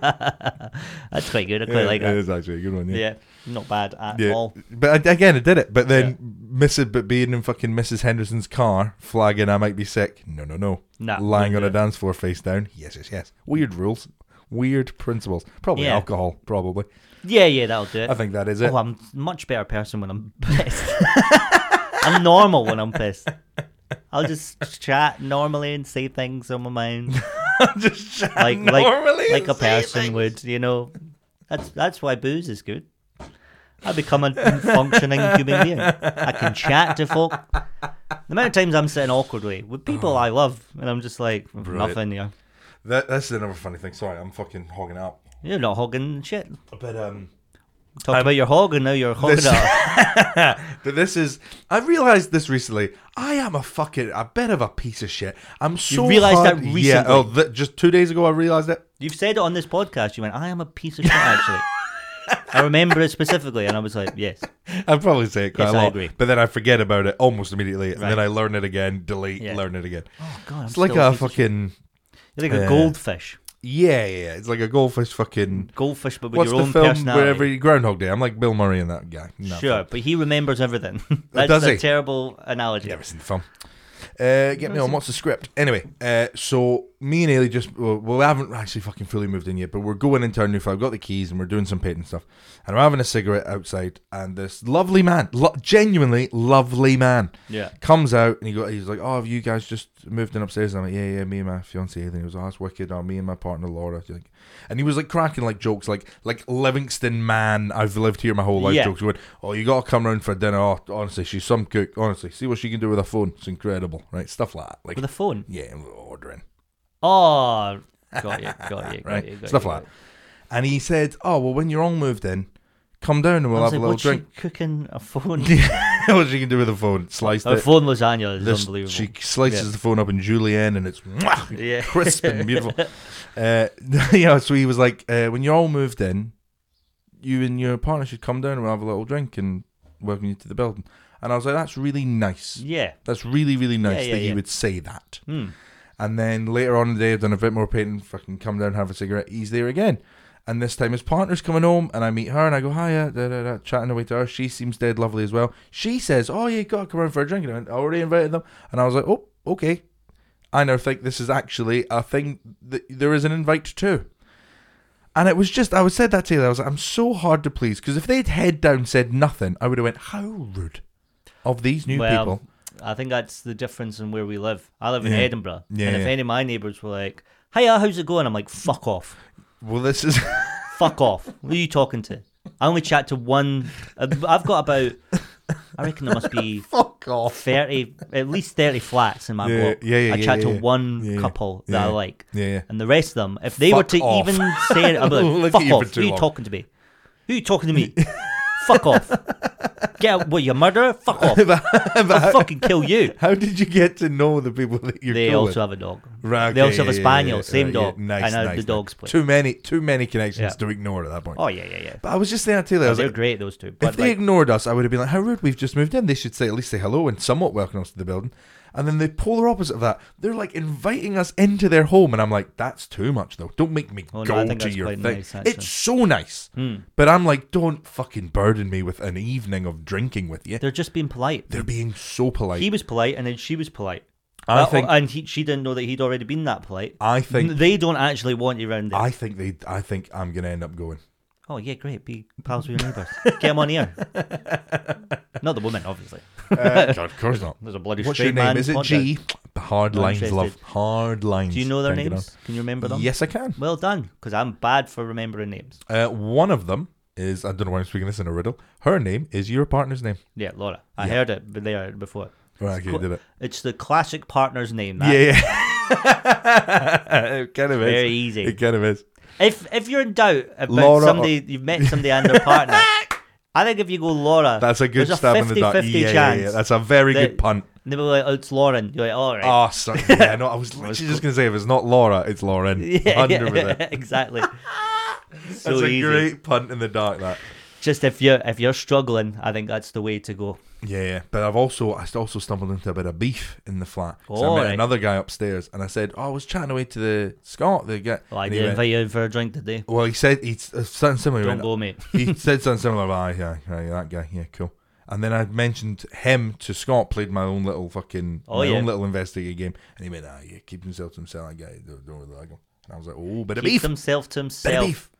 [SPEAKER 1] That's quite good. I quite like
[SPEAKER 2] Yeah, It
[SPEAKER 1] that.
[SPEAKER 2] is actually a good one. Yeah.
[SPEAKER 1] Yeah. Not bad at
[SPEAKER 2] Yeah.
[SPEAKER 1] all.
[SPEAKER 2] But I, again, I did it. But then Mrs. But being in fucking Mrs. Henderson's car, flagging I might be sick. No, no, no.
[SPEAKER 1] Nah,
[SPEAKER 2] Lying on
[SPEAKER 1] don't
[SPEAKER 2] a
[SPEAKER 1] do
[SPEAKER 2] dance floor, face down. Yes, yes, yes. Weird rules. Weird principles. Probably
[SPEAKER 1] Yeah.
[SPEAKER 2] alcohol. Probably.
[SPEAKER 1] Yeah, yeah, that'll do it.
[SPEAKER 2] I think that is it.
[SPEAKER 1] Oh, I'm a much better person when I'm pissed. I'm normal when I'm pissed. I'll just chat normally and say things on my mind,
[SPEAKER 2] just
[SPEAKER 1] like
[SPEAKER 2] normally
[SPEAKER 1] like like a
[SPEAKER 2] say
[SPEAKER 1] person
[SPEAKER 2] things.
[SPEAKER 1] would. You know, that's that's why booze is good. I become a functioning human being. I can chat to folk. The amount of times I'm sitting awkwardly with people I love, and I'm just like
[SPEAKER 2] Brilliant.
[SPEAKER 1] nothing here.
[SPEAKER 2] That, that's another funny thing. Sorry, I'm fucking hogging it up.
[SPEAKER 1] You're not hogging shit.
[SPEAKER 2] But um,
[SPEAKER 1] Talk about your hog, and now you're hogging
[SPEAKER 2] this-
[SPEAKER 1] it up.
[SPEAKER 2] but this is. I realized this recently. I am a fucking a bit of a piece of shit. I'm so.
[SPEAKER 1] realized that
[SPEAKER 2] hard- Yeah.
[SPEAKER 1] recently?
[SPEAKER 2] Oh, th- just two days ago, I realized it.
[SPEAKER 1] You've said it on this podcast. You went, I am a piece of shit, actually. I remember it specifically, and I was like, yes.
[SPEAKER 2] I probably say it quite
[SPEAKER 1] Yes,
[SPEAKER 2] a
[SPEAKER 1] I
[SPEAKER 2] lot,
[SPEAKER 1] agree.
[SPEAKER 2] but then I forget about it almost immediately, and then
[SPEAKER 1] Right.
[SPEAKER 2] I learn it again, delete,
[SPEAKER 1] Yeah.
[SPEAKER 2] learn it again.
[SPEAKER 1] Oh, God, I'm
[SPEAKER 2] it's like
[SPEAKER 1] still
[SPEAKER 2] a
[SPEAKER 1] piece of shit.
[SPEAKER 2] fucking
[SPEAKER 1] You're like a
[SPEAKER 2] uh,
[SPEAKER 1] goldfish.
[SPEAKER 2] yeah, yeah. It's like a goldfish fucking.
[SPEAKER 1] Goldfish, but with
[SPEAKER 2] What's
[SPEAKER 1] your
[SPEAKER 2] the
[SPEAKER 1] own
[SPEAKER 2] film
[SPEAKER 1] personality.
[SPEAKER 2] where every Groundhog Day? I'm like Bill Murray and that guy. in that
[SPEAKER 1] Sure,
[SPEAKER 2] film.
[SPEAKER 1] but he remembers everything. That's
[SPEAKER 2] does
[SPEAKER 1] a
[SPEAKER 2] he?
[SPEAKER 1] terrible analogy.
[SPEAKER 2] Never seen the film. Uh, get me on. What's the script? Anyway, uh, so me and Ailey just well, we haven't actually fucking fully moved in yet, but we're going into our new flat. I've got the keys and we're doing some painting stuff, and we're having a cigarette outside. And this lovely man, lo- genuinely lovely man,
[SPEAKER 1] Yeah.
[SPEAKER 2] comes out and he go, he's like, "Oh, have you guys just moved in upstairs?" And I'm like, "Yeah, yeah, me and my fiance." And he was, "Oh, that's wicked." Oh, me and my partner Laura. She's like- And he was like cracking like jokes, like like Livingston man, I've lived here my whole life
[SPEAKER 1] Yeah.
[SPEAKER 2] jokes. He went, "Oh, you gotta come round for dinner." Oh, honestly, she's some cook. Honestly, see what she can do with her phone. It's incredible, right? Stuff like that. Like,
[SPEAKER 1] With a phone.
[SPEAKER 2] yeah, and we're ordering,
[SPEAKER 1] Oh, got you, got you, got
[SPEAKER 2] right?
[SPEAKER 1] you. Got
[SPEAKER 2] Stuff
[SPEAKER 1] you,
[SPEAKER 2] like
[SPEAKER 1] got
[SPEAKER 2] that. And he said, "Oh, well, when you're all moved in, come down and
[SPEAKER 1] you. I
[SPEAKER 2] we'll
[SPEAKER 1] was
[SPEAKER 2] have
[SPEAKER 1] like,
[SPEAKER 2] a little
[SPEAKER 1] what's she
[SPEAKER 2] drink."
[SPEAKER 1] cooking a phone?
[SPEAKER 2] what she can do with a phone? Sliced
[SPEAKER 1] a
[SPEAKER 2] it.
[SPEAKER 1] phone lasagna is
[SPEAKER 2] This-
[SPEAKER 1] unbelievable.
[SPEAKER 2] She slices
[SPEAKER 1] Yeah.
[SPEAKER 2] the phone up in julienne, and it's mwah,
[SPEAKER 1] Yeah.
[SPEAKER 2] crisp and beautiful. Uh, yeah, so he was like, uh, when you're all moved in, you and your partner should come down and we'll have a little drink and welcome you to the building. And I was like, that's really nice.
[SPEAKER 1] Yeah.
[SPEAKER 2] That's really, really nice
[SPEAKER 1] yeah,
[SPEAKER 2] that he
[SPEAKER 1] yeah.
[SPEAKER 2] would say that.
[SPEAKER 1] Hmm.
[SPEAKER 2] And then later on in the day, I've done a bit more painting, fucking come down, have a cigarette. He's there again. And this time his partner's coming home, and I meet her, and I go, hiya, da, da, da, chatting away to her. She seems dead lovely as well. She says, oh, yeah, you got to come around for a drink. And I went, I already invited them. And I was like, oh, okay. I now think this is actually a thing that there is an invite to. And it was just, I was said that to you. I was like, I'm so hard to please. Because if they'd head down said nothing, I would have went, how rude of these new
[SPEAKER 1] well,
[SPEAKER 2] people.
[SPEAKER 1] I think that's the difference in where we live. I live in
[SPEAKER 2] Yeah.
[SPEAKER 1] Edinburgh,
[SPEAKER 2] Yeah,
[SPEAKER 1] and if
[SPEAKER 2] yeah.
[SPEAKER 1] any of my neighbours were like, "Hiya, how's it going?" I'm like, "Fuck off,
[SPEAKER 2] Well, this is.
[SPEAKER 1] fuck off." Who are you talking to? I only chat to one. uh, I've got about. I reckon there must be
[SPEAKER 2] Fuck off.
[SPEAKER 1] thirty, at least thirty flats in my
[SPEAKER 2] Yeah,
[SPEAKER 1] block.
[SPEAKER 2] yeah, yeah,
[SPEAKER 1] I
[SPEAKER 2] yeah,
[SPEAKER 1] chat
[SPEAKER 2] yeah,
[SPEAKER 1] to
[SPEAKER 2] yeah.
[SPEAKER 1] one
[SPEAKER 2] Yeah, yeah,
[SPEAKER 1] couple
[SPEAKER 2] yeah,
[SPEAKER 1] that I like,
[SPEAKER 2] yeah, yeah.
[SPEAKER 1] and the rest of them, if they were
[SPEAKER 2] Fuck
[SPEAKER 1] to
[SPEAKER 2] off.
[SPEAKER 1] even say, it, "I'm like,
[SPEAKER 2] Look
[SPEAKER 1] fuck
[SPEAKER 2] at you for
[SPEAKER 1] off," who
[SPEAKER 2] too
[SPEAKER 1] are you
[SPEAKER 2] long.
[SPEAKER 1] talking to me? Who are you talking to me? fuck off. Get out, what, you murderer? Fuck off. I'll fucking kill you.
[SPEAKER 2] How did you get to know the people that you're
[SPEAKER 1] They
[SPEAKER 2] calling?
[SPEAKER 1] also have a dog.
[SPEAKER 2] Right,
[SPEAKER 1] they
[SPEAKER 2] okay,
[SPEAKER 1] also have a
[SPEAKER 2] yeah, yeah,
[SPEAKER 1] spaniel,
[SPEAKER 2] yeah,
[SPEAKER 1] same
[SPEAKER 2] right, yeah.
[SPEAKER 1] dog.
[SPEAKER 2] Nice,
[SPEAKER 1] and I
[SPEAKER 2] nice,
[SPEAKER 1] the
[SPEAKER 2] nice.
[SPEAKER 1] dogs play.
[SPEAKER 2] Too many, too many connections
[SPEAKER 1] Yeah.
[SPEAKER 2] to ignore at that point.
[SPEAKER 1] Oh yeah, yeah, yeah.
[SPEAKER 2] But I was just saying that to you. I was
[SPEAKER 1] They're
[SPEAKER 2] like,
[SPEAKER 1] great those two.
[SPEAKER 2] if
[SPEAKER 1] But
[SPEAKER 2] they
[SPEAKER 1] like,
[SPEAKER 2] ignored us, I would have been like, "How rude! We've just moved in. They should say at least say hello and somewhat welcome us to the building." And then the polar opposite of that, they're like inviting us into their home, and I'm like, "That's too much, though. Don't make me
[SPEAKER 1] Oh, no,
[SPEAKER 2] go
[SPEAKER 1] I think
[SPEAKER 2] to
[SPEAKER 1] that's
[SPEAKER 2] your
[SPEAKER 1] quite
[SPEAKER 2] thing.
[SPEAKER 1] nice, actually. Hmm.
[SPEAKER 2] it's so nice, but I'm like, don't fucking burden me with an evening of drinking with you. They're,
[SPEAKER 1] they're just being polite.
[SPEAKER 2] being so polite.
[SPEAKER 1] He was polite, and then she was polite.
[SPEAKER 2] I
[SPEAKER 1] That-
[SPEAKER 2] think-
[SPEAKER 1] and he, she didn't know that he'd already been that polite.
[SPEAKER 2] I think
[SPEAKER 1] they don't actually want you around there.
[SPEAKER 2] I think they. I think I'm gonna end up going.
[SPEAKER 1] Oh yeah, great. Be pals with your neighbours. Get them on here. Not the woman, obviously.
[SPEAKER 2] of course not.
[SPEAKER 1] There's a bloody
[SPEAKER 2] What's
[SPEAKER 1] straight
[SPEAKER 2] your name?
[SPEAKER 1] man
[SPEAKER 2] Is it
[SPEAKER 1] podcast.
[SPEAKER 2] G? hard
[SPEAKER 1] Not
[SPEAKER 2] lines,
[SPEAKER 1] interested.
[SPEAKER 2] love. Hard lines.
[SPEAKER 1] Do you know their
[SPEAKER 2] Thank
[SPEAKER 1] names? Can you remember them?
[SPEAKER 2] Yes, I can.
[SPEAKER 1] Well done, because I'm bad for remembering names.
[SPEAKER 2] Uh, one of them is I don't know why I'm speaking this in a riddle. Her name is your partner's name.
[SPEAKER 1] Yeah, Laura. I
[SPEAKER 2] Yeah.
[SPEAKER 1] heard it b- there before.
[SPEAKER 2] Right, okay,
[SPEAKER 1] Cool.
[SPEAKER 2] did it?
[SPEAKER 1] It's the classic partner's name. That.
[SPEAKER 2] Yeah, yeah. it kind of is.
[SPEAKER 1] Ah. Very easy.
[SPEAKER 2] It kind of is.
[SPEAKER 1] If if you're in doubt about
[SPEAKER 2] Laura or-
[SPEAKER 1] somebody you've met somebody and their partner, I think if you go Laura,
[SPEAKER 2] That's a good
[SPEAKER 1] there's
[SPEAKER 2] stab
[SPEAKER 1] a
[SPEAKER 2] in the dark.
[SPEAKER 1] 50-50
[SPEAKER 2] Yeah, yeah, yeah,
[SPEAKER 1] chance.
[SPEAKER 2] That's a very good
[SPEAKER 1] that-
[SPEAKER 2] punt.
[SPEAKER 1] And they'll be like, oh, it's Lauren. You're like, all right.
[SPEAKER 2] Ah, sorry. Yeah, no, I was literally just going to say if it's not Laura, it's Lauren.
[SPEAKER 1] yeah,
[SPEAKER 2] 100%.
[SPEAKER 1] yeah, exactly. so
[SPEAKER 2] That's a
[SPEAKER 1] easy.
[SPEAKER 2] great punt in the dark, that.
[SPEAKER 1] Just if you're if you're struggling, I think that's the way to go.
[SPEAKER 2] Yeah, yeah. But I've also I also stumbled into a bit of beef in the flat. So I
[SPEAKER 1] Oh,
[SPEAKER 2] met
[SPEAKER 1] right.
[SPEAKER 2] another guy upstairs, and I said, "Oh, I was chatting away to the Scott, the guy."
[SPEAKER 1] Well, I
[SPEAKER 2] and he
[SPEAKER 1] did
[SPEAKER 2] went-
[SPEAKER 1] invite you in for a drink today.
[SPEAKER 2] well, he said he's uh, something similar. He
[SPEAKER 1] Don't
[SPEAKER 2] went,
[SPEAKER 1] go, mate.
[SPEAKER 2] he said something similar. Like, ah, yeah, yeah, yeah, that guy. Yeah, cool. And then I mentioned him to Scott. Played my own little fucking
[SPEAKER 1] Oh,
[SPEAKER 2] my
[SPEAKER 1] yeah.
[SPEAKER 2] own little investigative game, and he went, "Ah, yeah, keep himself to himself. That guy, don't, don't really like him." And I was like, "Oh, bit of
[SPEAKER 1] Keeps
[SPEAKER 2] beef,
[SPEAKER 1] himself to
[SPEAKER 2] bit of
[SPEAKER 1] himself.
[SPEAKER 2] beef."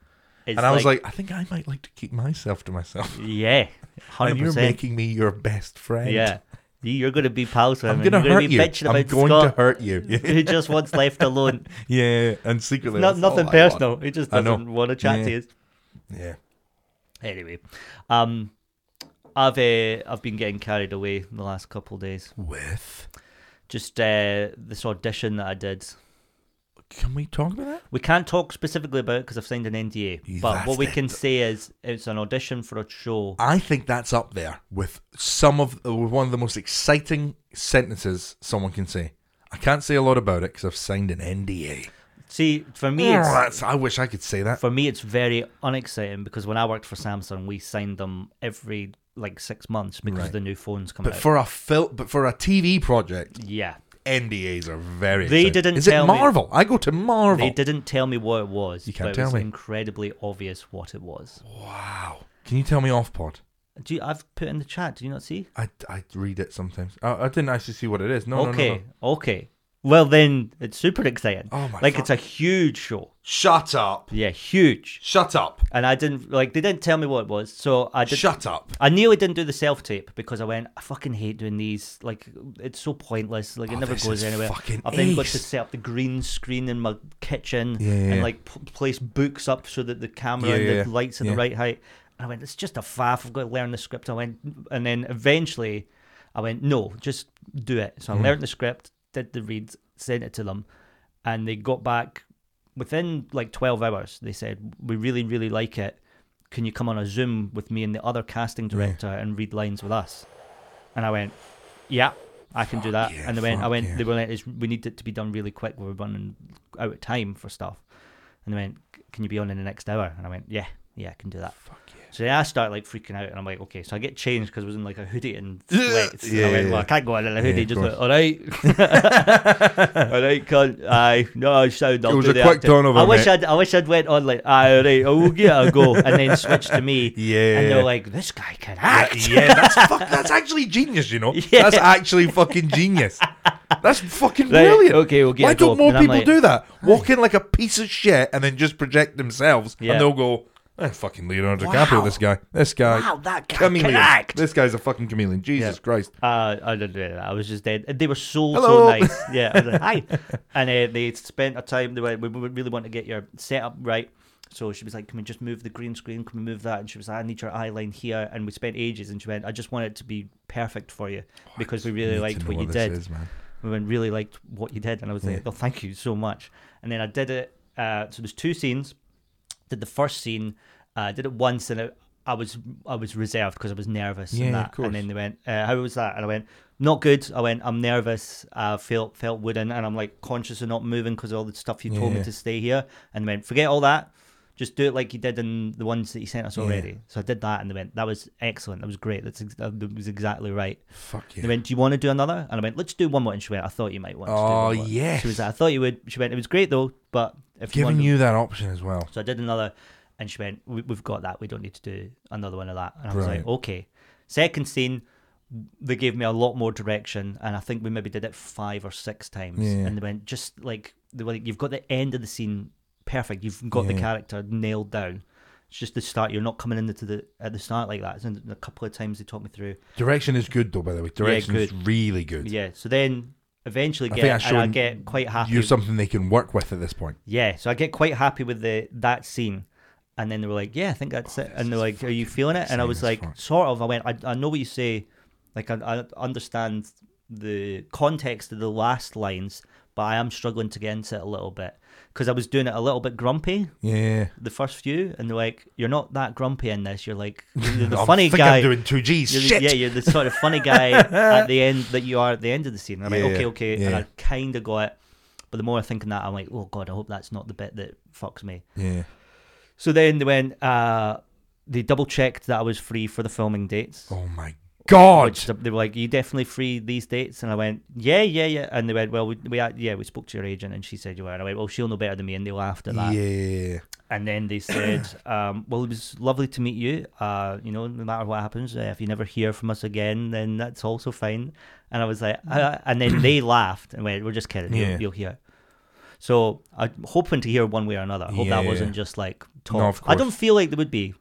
[SPEAKER 1] It's
[SPEAKER 2] and I was like, "I think I might like to keep myself to myself."
[SPEAKER 1] yeah,
[SPEAKER 2] And
[SPEAKER 1] hundred
[SPEAKER 2] you're
[SPEAKER 1] percent.
[SPEAKER 2] making me your best friend.
[SPEAKER 1] Yeah, You- you're going to be pals with
[SPEAKER 2] I'm
[SPEAKER 1] him. and
[SPEAKER 2] gonna
[SPEAKER 1] you're
[SPEAKER 2] hurt
[SPEAKER 1] going to
[SPEAKER 2] you.
[SPEAKER 1] be bitching
[SPEAKER 2] I'm
[SPEAKER 1] about
[SPEAKER 2] going to
[SPEAKER 1] Scott,
[SPEAKER 2] hurt you. Yeah,
[SPEAKER 1] who just wants left alone.
[SPEAKER 2] yeah. and secretly,
[SPEAKER 1] Not,
[SPEAKER 2] that's all
[SPEAKER 1] nothing
[SPEAKER 2] I
[SPEAKER 1] personal.
[SPEAKER 2] want.
[SPEAKER 1] He just
[SPEAKER 2] I know.
[SPEAKER 1] doesn't want to chat to
[SPEAKER 2] Yeah.
[SPEAKER 1] you.
[SPEAKER 2] Yeah,
[SPEAKER 1] Anyway, um, I've uh, I've been getting carried away the last couple of days.
[SPEAKER 2] with
[SPEAKER 1] Just uh, this audition that I did.
[SPEAKER 2] can we talk about that?
[SPEAKER 1] We can't talk specifically about it because I've signed an NDA.
[SPEAKER 2] Yeah,
[SPEAKER 1] But
[SPEAKER 2] that's
[SPEAKER 1] what we
[SPEAKER 2] it.
[SPEAKER 1] can say is it's an audition for a show.
[SPEAKER 2] I think that's up there with some of with one of the most exciting sentences someone can say. I can't say a lot about it because I've signed an NDA.
[SPEAKER 1] See, for me,
[SPEAKER 2] Oh,
[SPEAKER 1] it's
[SPEAKER 2] that's, I wish I could say that.
[SPEAKER 1] for me it's very unexciting because when I worked for Samsung, we signed them every like six months because
[SPEAKER 2] Right.
[SPEAKER 1] the new phones come
[SPEAKER 2] But
[SPEAKER 1] out.
[SPEAKER 2] for a fil- but for a TV project,
[SPEAKER 1] yeah,
[SPEAKER 2] NDAs are very.
[SPEAKER 1] They
[SPEAKER 2] exciting.
[SPEAKER 1] didn't
[SPEAKER 2] Is
[SPEAKER 1] tell
[SPEAKER 2] it
[SPEAKER 1] me-
[SPEAKER 2] Marvel? I go to Marvel.
[SPEAKER 1] they didn't tell me what it was.
[SPEAKER 2] You can't
[SPEAKER 1] but
[SPEAKER 2] tell
[SPEAKER 1] it was
[SPEAKER 2] me.
[SPEAKER 1] Incredibly obvious what it was.
[SPEAKER 2] Wow. Can you tell me off pod?
[SPEAKER 1] Do you, I've put in the chat? Do you not see?
[SPEAKER 2] I, I read it sometimes. I, I didn't actually see what it is. No, no,
[SPEAKER 1] okay,
[SPEAKER 2] no, no.
[SPEAKER 1] okay. Well then, it's super exciting.
[SPEAKER 2] Oh my
[SPEAKER 1] Like
[SPEAKER 2] fuck.
[SPEAKER 1] it's a huge show.
[SPEAKER 2] Shut up.
[SPEAKER 1] Yeah, huge.
[SPEAKER 2] Shut up.
[SPEAKER 1] And I didn't like they didn't tell me what it was, so I did.
[SPEAKER 2] Shut up.
[SPEAKER 1] I nearly didn't do the self tape because I went, I fucking hate doing these. Like, it's so pointless. Like, it
[SPEAKER 2] Oh,
[SPEAKER 1] never
[SPEAKER 2] this
[SPEAKER 1] goes
[SPEAKER 2] is
[SPEAKER 1] anywhere.
[SPEAKER 2] fucking
[SPEAKER 1] I've then got
[SPEAKER 2] ace.
[SPEAKER 1] to set up the green screen in my kitchen
[SPEAKER 2] Yeah, yeah,
[SPEAKER 1] and,
[SPEAKER 2] yeah.
[SPEAKER 1] like, p- place books up so that the camera
[SPEAKER 2] Yeah,
[SPEAKER 1] and
[SPEAKER 2] yeah,
[SPEAKER 1] the
[SPEAKER 2] yeah.
[SPEAKER 1] lights at
[SPEAKER 2] Yeah.
[SPEAKER 1] the right height. And I went, it's just a faff. I've got to learn the script. I went, and then eventually I went, no, just do it. So I learned the script, did the read, sent it to them, and they got back within like 12 hours they said we really really like it can you come on a zoom with me and the other casting director and read lines with us and i went yeah i can do
[SPEAKER 2] Fuck
[SPEAKER 1] that
[SPEAKER 2] yeah,
[SPEAKER 1] and they went i
[SPEAKER 2] fuck
[SPEAKER 1] went
[SPEAKER 2] yeah.
[SPEAKER 1] they were like "It's- we need it to be done really quick we're running out of time for stuff and they went can you be on in the next hour and i went yeah yeah i can do that
[SPEAKER 2] Fuck yeah.
[SPEAKER 1] so then I start like freaking out, and I'm like, okay. So I get changed because I was in like a hoodie and sweats.
[SPEAKER 2] Yeah,
[SPEAKER 1] and I went,
[SPEAKER 2] yeah,
[SPEAKER 1] well, I
[SPEAKER 2] yeah.
[SPEAKER 1] can't go on in a hoodie.
[SPEAKER 2] of
[SPEAKER 1] just
[SPEAKER 2] course.
[SPEAKER 1] went, all right, all right, cunt. Aye, no, I sound. I'll
[SPEAKER 2] was
[SPEAKER 1] do
[SPEAKER 2] a
[SPEAKER 1] the
[SPEAKER 2] quick
[SPEAKER 1] acting."
[SPEAKER 2] turnover,
[SPEAKER 1] I wish
[SPEAKER 2] mate.
[SPEAKER 1] I'd, I wish I'd went on like, aye, all right, I will get a go, and then switch to me.
[SPEAKER 2] Yeah.
[SPEAKER 1] and they're like, this guy can act.
[SPEAKER 2] Yeah, that's fuck, that's actually genius, you know.
[SPEAKER 1] Yeah.
[SPEAKER 2] That's actually fucking genius. That's fucking
[SPEAKER 1] Right,
[SPEAKER 2] brilliant.
[SPEAKER 1] okay, we'll get
[SPEAKER 2] Why
[SPEAKER 1] a go.
[SPEAKER 2] don't more
[SPEAKER 1] And I'm
[SPEAKER 2] people
[SPEAKER 1] like-
[SPEAKER 2] do that? Walk in like a piece of shit and then just project themselves,
[SPEAKER 1] Yeah.
[SPEAKER 2] and they'll go, eh, "Fucking Leonardo DiCaprio,
[SPEAKER 1] Wow.
[SPEAKER 2] this guy, this guy,
[SPEAKER 1] Wow, that guy
[SPEAKER 2] chameleon.
[SPEAKER 1] can act.
[SPEAKER 2] This guy's a fucking chameleon. Jesus
[SPEAKER 1] Yeah.
[SPEAKER 2] Christ,
[SPEAKER 1] Uh, I didn't do that. I was just dead. They were so
[SPEAKER 2] Hello.
[SPEAKER 1] so nice. Yeah, I was like, hi. And uh, they spent a time. They were like, we would really want to get your setup right. So she was like, can we just move the green screen? Can we move that? And she was like, I need your eye line here. And we spent ages. And she went, I just want it to be perfect for you because we
[SPEAKER 2] Need
[SPEAKER 1] really
[SPEAKER 2] to
[SPEAKER 1] liked
[SPEAKER 2] know
[SPEAKER 1] what you
[SPEAKER 2] this
[SPEAKER 1] did.
[SPEAKER 2] is, man.
[SPEAKER 1] We went, really liked what you did. And I was
[SPEAKER 2] Yeah.
[SPEAKER 1] like, well, thank you so much. And then I did it. Uh, so there's two scenes. Did the first scene. Uh, did it once, and it, I was I was reserved because I was nervous.
[SPEAKER 2] Yeah,
[SPEAKER 1] and that.
[SPEAKER 2] of course.
[SPEAKER 1] And then they went, uh, "How was that?" And I went, "Not good." I went, "I'm nervous. I felt felt wooden, and I'm like conscious of not moving because all the stuff you told
[SPEAKER 2] Yeah.
[SPEAKER 1] me to stay here." And they went, "Forget all that. Just do it like you did in the ones that you sent us already." So I did that, and they went, "That was excellent. That was great. That's ex- that was exactly right."
[SPEAKER 2] Fuck
[SPEAKER 1] They
[SPEAKER 2] yeah.
[SPEAKER 1] went, "Do you want to do another?" And I went, "Let's do one more." And she went, "I thought you might want." to do
[SPEAKER 2] Oh,
[SPEAKER 1] one more."
[SPEAKER 2] yes.
[SPEAKER 1] She was like, "I thought you would." She went, "It was great though, but if you want
[SPEAKER 2] Giving
[SPEAKER 1] to
[SPEAKER 2] you that option as well.
[SPEAKER 1] so I did another, and she went, we, "We've got that. We don't need to do another one of that." And I was
[SPEAKER 2] Brilliant.
[SPEAKER 1] like, "Okay." Second scene, they gave me a lot more direction, and I think we maybe did it five or six times.
[SPEAKER 2] Yeah.
[SPEAKER 1] And they went just like they were like, "You've got the end of the scene perfect. You've got
[SPEAKER 2] Yeah.
[SPEAKER 1] the character nailed down." It's just the start. You're not coming in to the at the start like that. And a couple of times they talked me through.
[SPEAKER 2] Direction is good though, by the way. Direction is really good.
[SPEAKER 1] Yeah. So then eventually
[SPEAKER 2] I
[SPEAKER 1] get
[SPEAKER 2] think I
[SPEAKER 1] and I
[SPEAKER 2] showed
[SPEAKER 1] get quite happy.
[SPEAKER 2] You're something they can work with at this point.
[SPEAKER 1] yeah, so I get quite happy with the that scene. And then they were like, "Yeah, I think that's it." And they're like, "Are you feeling it?" And I
[SPEAKER 2] insane
[SPEAKER 1] was
[SPEAKER 2] as
[SPEAKER 1] like,
[SPEAKER 2] fuck.
[SPEAKER 1] "Sort of." I went, "I, I know what you say. Like, I, I understand the context of the last lines, but I am struggling to get into it a little bit because I was doing it a little bit grumpy
[SPEAKER 2] Yeah.
[SPEAKER 1] the first few, and they're like, "You're not that grumpy in this. You're like you're the
[SPEAKER 2] I
[SPEAKER 1] funny
[SPEAKER 2] think
[SPEAKER 1] guy."
[SPEAKER 2] I'm doing two G's.
[SPEAKER 1] You're the-
[SPEAKER 2] Shit.
[SPEAKER 1] yeah, you're the sort of funny guy at the end that you are at the end of the scene. And I'm
[SPEAKER 2] Yeah,
[SPEAKER 1] like, okay, okay, and
[SPEAKER 2] yeah.
[SPEAKER 1] I kind of got it. But the more I think on that, I'm like, oh god, I hope that's not the bit that fucks me.
[SPEAKER 2] yeah.
[SPEAKER 1] So then they went, uh, they double checked that I was free for the filming dates.
[SPEAKER 2] Oh my god.
[SPEAKER 1] Which they were like, you definitely free these dates? And I went, yeah, yeah, yeah. And they went, well, we, we had- yeah, we spoke to your agent, and she said you were. And I went, well, she'll know better than me. And they laughed at that.
[SPEAKER 2] yeah.
[SPEAKER 1] And then they said, um, "Well, it was lovely to meet you. Uh, you know, no matter what happens, uh, if you never hear from us again, then that's also fine." And I was like, uh, and then they laughed and went, "We're just kidding.
[SPEAKER 2] Mm. Yeah.
[SPEAKER 1] You'll, you'll hear." So I'm hoping to hear one way or another. I hope that
[SPEAKER 2] Yeah.
[SPEAKER 1] wasn't just like talk.
[SPEAKER 2] No, of
[SPEAKER 1] I don't feel like there would be.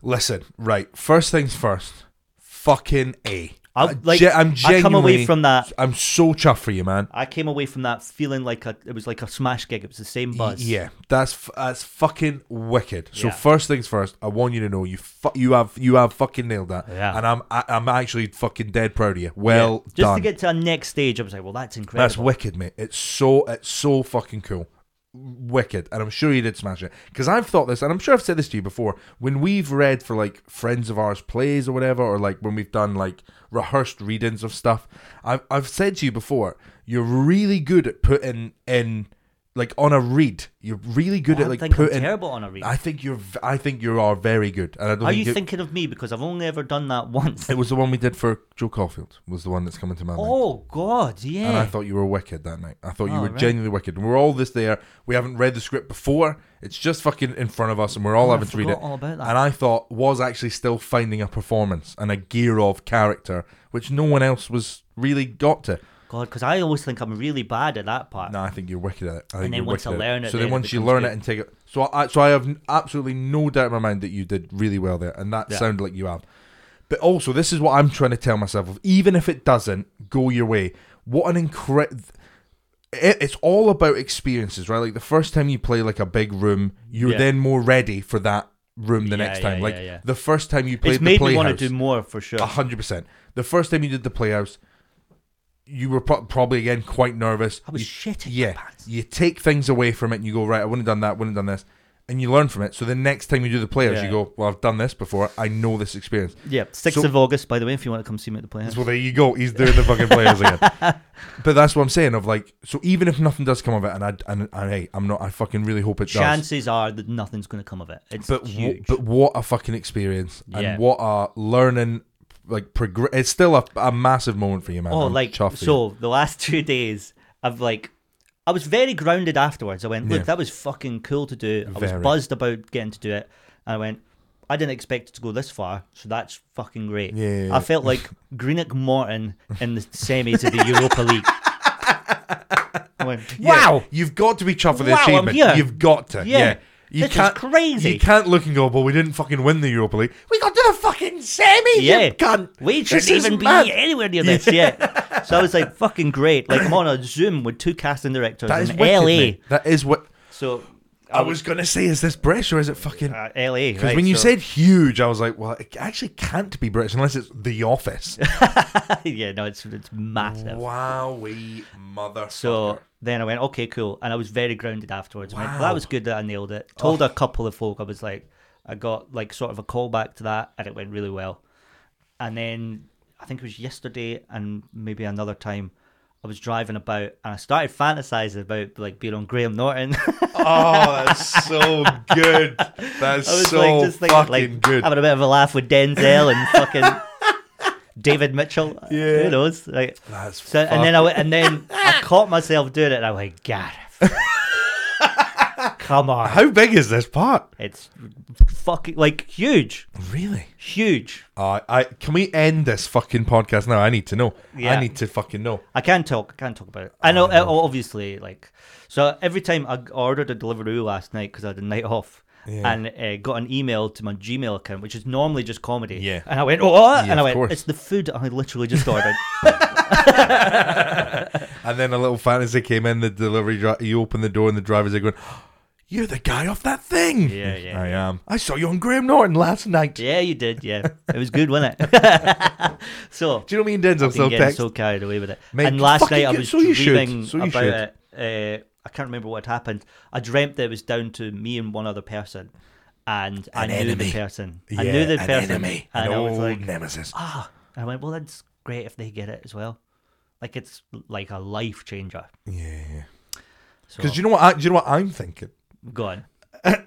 [SPEAKER 2] Listen, right. First things first. Fucking A.
[SPEAKER 1] I-
[SPEAKER 2] I
[SPEAKER 1] like,
[SPEAKER 2] ge- I'm
[SPEAKER 1] I come away
[SPEAKER 2] genuinely-
[SPEAKER 1] from that.
[SPEAKER 2] I'm so chuffed for you, man.
[SPEAKER 1] I came away from that feeling like a, it was like a smash gig. It was the same buzz.
[SPEAKER 2] Yeah, that's f- that's fucking wicked. So
[SPEAKER 1] Yeah.
[SPEAKER 2] first things first, I want you to know you fu- you have you have fucking nailed that.
[SPEAKER 1] Yeah.
[SPEAKER 2] And I'm I, I'm actually fucking dead proud of you. Well
[SPEAKER 1] Just
[SPEAKER 2] done.
[SPEAKER 1] to get to a next stage, I was like, "Well, that's incredible."
[SPEAKER 2] that's wicked, mate. It's so it's so fucking cool. Wicked, and I'm sure you did smash it because I've thought this, and I'm sure I've said this to you before. When we've read for like friends of ours plays or whatever, or like when we've done like rehearsed readings of stuff, I've I've said to you before, you're really good at putting in like on a read. You're really good
[SPEAKER 1] I
[SPEAKER 2] at like
[SPEAKER 1] think I'm
[SPEAKER 2] putting
[SPEAKER 1] terrible on a read.
[SPEAKER 2] I think you're. v- I think you are very good. And I don't
[SPEAKER 1] Are
[SPEAKER 2] think
[SPEAKER 1] you
[SPEAKER 2] you-
[SPEAKER 1] thinking of me because I've only ever done that once?
[SPEAKER 2] it was the one we did for Joe Caulfield? Was the one that's coming to my mind.
[SPEAKER 1] Oh God, yeah.
[SPEAKER 2] And I thought you were wicked that night. I thought you
[SPEAKER 1] Oh,
[SPEAKER 2] were
[SPEAKER 1] right.
[SPEAKER 2] genuinely wicked. And we're all this there. We haven't read the script before. It's just fucking in front of us, and we're all
[SPEAKER 1] Oh, I
[SPEAKER 2] having to read
[SPEAKER 1] forgot
[SPEAKER 2] it.
[SPEAKER 1] all about that.
[SPEAKER 2] And I thought was actually still finding a performance and a gear of character, which no one else was really got to.
[SPEAKER 1] God, because I always think I'm really bad at that part.
[SPEAKER 2] No, I think you're wicked at it. I think
[SPEAKER 1] then
[SPEAKER 2] you're
[SPEAKER 1] once
[SPEAKER 2] wicked
[SPEAKER 1] I
[SPEAKER 2] at
[SPEAKER 1] learn it,
[SPEAKER 2] so
[SPEAKER 1] then
[SPEAKER 2] then
[SPEAKER 1] it
[SPEAKER 2] once you
[SPEAKER 1] becomes
[SPEAKER 2] learn
[SPEAKER 1] good.
[SPEAKER 2] it and take it, so I so I have n- absolutely no doubt in my mind that you did really well there, and that
[SPEAKER 1] Yeah.
[SPEAKER 2] sounded like you have. But also, this is what I'm trying to tell myself: even if it doesn't go your way, what an incredible. It, it's all about experiences, right? Like the first time you play like a big room, you're
[SPEAKER 1] Yeah.
[SPEAKER 2] then more ready for that room the
[SPEAKER 1] Yeah,
[SPEAKER 2] next
[SPEAKER 1] yeah,
[SPEAKER 2] time.
[SPEAKER 1] yeah,
[SPEAKER 2] like
[SPEAKER 1] yeah.
[SPEAKER 2] the first time you played
[SPEAKER 1] it's made
[SPEAKER 2] the
[SPEAKER 1] me
[SPEAKER 2] playhouse, Uh-huh.
[SPEAKER 1] want to do more for sure.
[SPEAKER 2] a hundred percent. The first time you did the playhouse, you were pro- probably again quite nervous.
[SPEAKER 1] I was
[SPEAKER 2] You-
[SPEAKER 1] shitting my
[SPEAKER 2] yeah,
[SPEAKER 1] pants.
[SPEAKER 2] you take things away from it and you go, right, I wouldn't have done that, wouldn't have done this. And you learn from it. So the next time you do the players,
[SPEAKER 1] Yeah.
[SPEAKER 2] you go, well, I've done this before. I know this experience.
[SPEAKER 1] Yeah, sixth
[SPEAKER 2] So-
[SPEAKER 1] of August, by the way, if you want to come see me at the Playhouse.
[SPEAKER 2] So there you go. He's doing the fucking players again. But that's what I'm saying of like, so even if nothing does come of it, and I, and, and hey, I'm not, I fucking really hope it does.
[SPEAKER 1] Chances are that nothing's going to come of it. It's
[SPEAKER 2] But, wha-
[SPEAKER 1] huge.
[SPEAKER 2] but what a fucking experience.
[SPEAKER 1] Yeah.
[SPEAKER 2] And what a learning, like, progr- it's still a, a massive moment for you, man.
[SPEAKER 1] oh,
[SPEAKER 2] I'm
[SPEAKER 1] like
[SPEAKER 2] chuffed for you.
[SPEAKER 1] so. The last two days, I've like, I was very grounded afterwards. I went, look,
[SPEAKER 2] Yeah.
[SPEAKER 1] that was fucking cool to do. I was
[SPEAKER 2] Very.
[SPEAKER 1] buzzed about getting to do it. And I went. I didn't expect it to go this far, so that's fucking great.
[SPEAKER 2] Yeah, yeah, yeah.
[SPEAKER 1] I felt like Greenock Morton in the semis of the Europa League. I went,
[SPEAKER 2] Yeah,
[SPEAKER 1] wow,
[SPEAKER 2] You've got to be chuffed with the
[SPEAKER 1] Wow, I'm
[SPEAKER 2] achievement.
[SPEAKER 1] here.
[SPEAKER 2] You've got to.
[SPEAKER 1] Yeah.
[SPEAKER 2] Yeah. You
[SPEAKER 1] This is
[SPEAKER 2] can't,
[SPEAKER 1] crazy.
[SPEAKER 2] You can't look and go, well, we didn't fucking win the Europa League. We got to the fucking semi,
[SPEAKER 1] yeah,
[SPEAKER 2] you cunt.
[SPEAKER 1] we
[SPEAKER 2] This
[SPEAKER 1] shouldn't
[SPEAKER 2] is
[SPEAKER 1] even be
[SPEAKER 2] mad.
[SPEAKER 1] anywhere near this yet. So I was like, fucking great. Like I'm on a Zoom with two casting directors
[SPEAKER 2] That is
[SPEAKER 1] in
[SPEAKER 2] wicked,
[SPEAKER 1] LA.
[SPEAKER 2] mate. That is what
[SPEAKER 1] So
[SPEAKER 2] I was going to say. Is this British or is it fucking...
[SPEAKER 1] uh, LA.
[SPEAKER 2] Because
[SPEAKER 1] right,
[SPEAKER 2] when you
[SPEAKER 1] so-
[SPEAKER 2] said huge, I was like, well, it actually can't be British unless it's The Office.
[SPEAKER 1] yeah, no, it's it's massive.
[SPEAKER 2] Wowie mother.
[SPEAKER 1] So then I went, okay, cool. And I was very grounded afterwards. I went, well, that
[SPEAKER 2] Wow.
[SPEAKER 1] was good that I nailed it. Told a couple of folk, I was like, I got like sort of a call back to that and it went really well. And then I think it was yesterday and maybe another time. I was driving about and I started fantasizing about like being on Graham Norton.
[SPEAKER 2] Oh, that's so good. That's
[SPEAKER 1] I was
[SPEAKER 2] so
[SPEAKER 1] like just thinking,
[SPEAKER 2] fucking
[SPEAKER 1] like
[SPEAKER 2] good.
[SPEAKER 1] having a bit of a laugh with Denzel and fucking David Mitchell.
[SPEAKER 2] Yeah.
[SPEAKER 1] who knows? Like,
[SPEAKER 2] That's
[SPEAKER 1] so, and then I went- and then I caught myself doing it, and I went, Gareth, come on,
[SPEAKER 2] How big is this part?
[SPEAKER 1] it's fucking like huge,
[SPEAKER 2] Really?
[SPEAKER 1] huge.
[SPEAKER 2] Uh, I can we end this fucking podcast now? I need to know.
[SPEAKER 1] Yeah.
[SPEAKER 2] I need to fucking know.
[SPEAKER 1] I can talk. I can talk about it.
[SPEAKER 2] Oh,
[SPEAKER 1] I know. uh, Obviously, like so. Every time I ordered a Deliveroo last night because I had a night off.
[SPEAKER 2] Yeah.
[SPEAKER 1] And uh, got an email to my Gmail account, which is normally just comedy.
[SPEAKER 2] Yeah.
[SPEAKER 1] And I went, oh, and I
[SPEAKER 2] of
[SPEAKER 1] went,
[SPEAKER 2] course.
[SPEAKER 1] it's the food I literally just ordered.
[SPEAKER 2] And then a little fantasy came in. The delivery, dri- you open the door, and the driver's like going, "You're the guy off that thing."
[SPEAKER 1] Yeah, yeah,
[SPEAKER 2] I am. I saw you on Graham Norton last night.
[SPEAKER 1] Yeah, you did. Yeah, it was good, wasn't it? so
[SPEAKER 2] Do you know me and Denzel
[SPEAKER 1] been
[SPEAKER 2] still
[SPEAKER 1] getting
[SPEAKER 2] text?
[SPEAKER 1] so carried away with it.
[SPEAKER 2] Mate,
[SPEAKER 1] and last
[SPEAKER 2] fucking
[SPEAKER 1] night I
[SPEAKER 2] good-
[SPEAKER 1] was
[SPEAKER 2] so you should,
[SPEAKER 1] dreaming
[SPEAKER 2] so you
[SPEAKER 1] about
[SPEAKER 2] should.
[SPEAKER 1] it. Uh, I can't remember what happened. I dreamt that it was down to me and one other person, and I
[SPEAKER 2] An
[SPEAKER 1] knew the
[SPEAKER 2] enemy.
[SPEAKER 1] person. I
[SPEAKER 2] yeah,
[SPEAKER 1] knew the
[SPEAKER 2] an
[SPEAKER 1] person,
[SPEAKER 2] enemy,
[SPEAKER 1] and
[SPEAKER 2] an
[SPEAKER 1] I was
[SPEAKER 2] old
[SPEAKER 1] like,
[SPEAKER 2] nemesis.
[SPEAKER 1] ah. And I went, well, that's great if they get it as well. Like it's like a life changer.
[SPEAKER 2] Yeah.
[SPEAKER 1] So
[SPEAKER 2] Because you know what? I, do you know what I'm thinking?
[SPEAKER 1] go on.
[SPEAKER 2] I,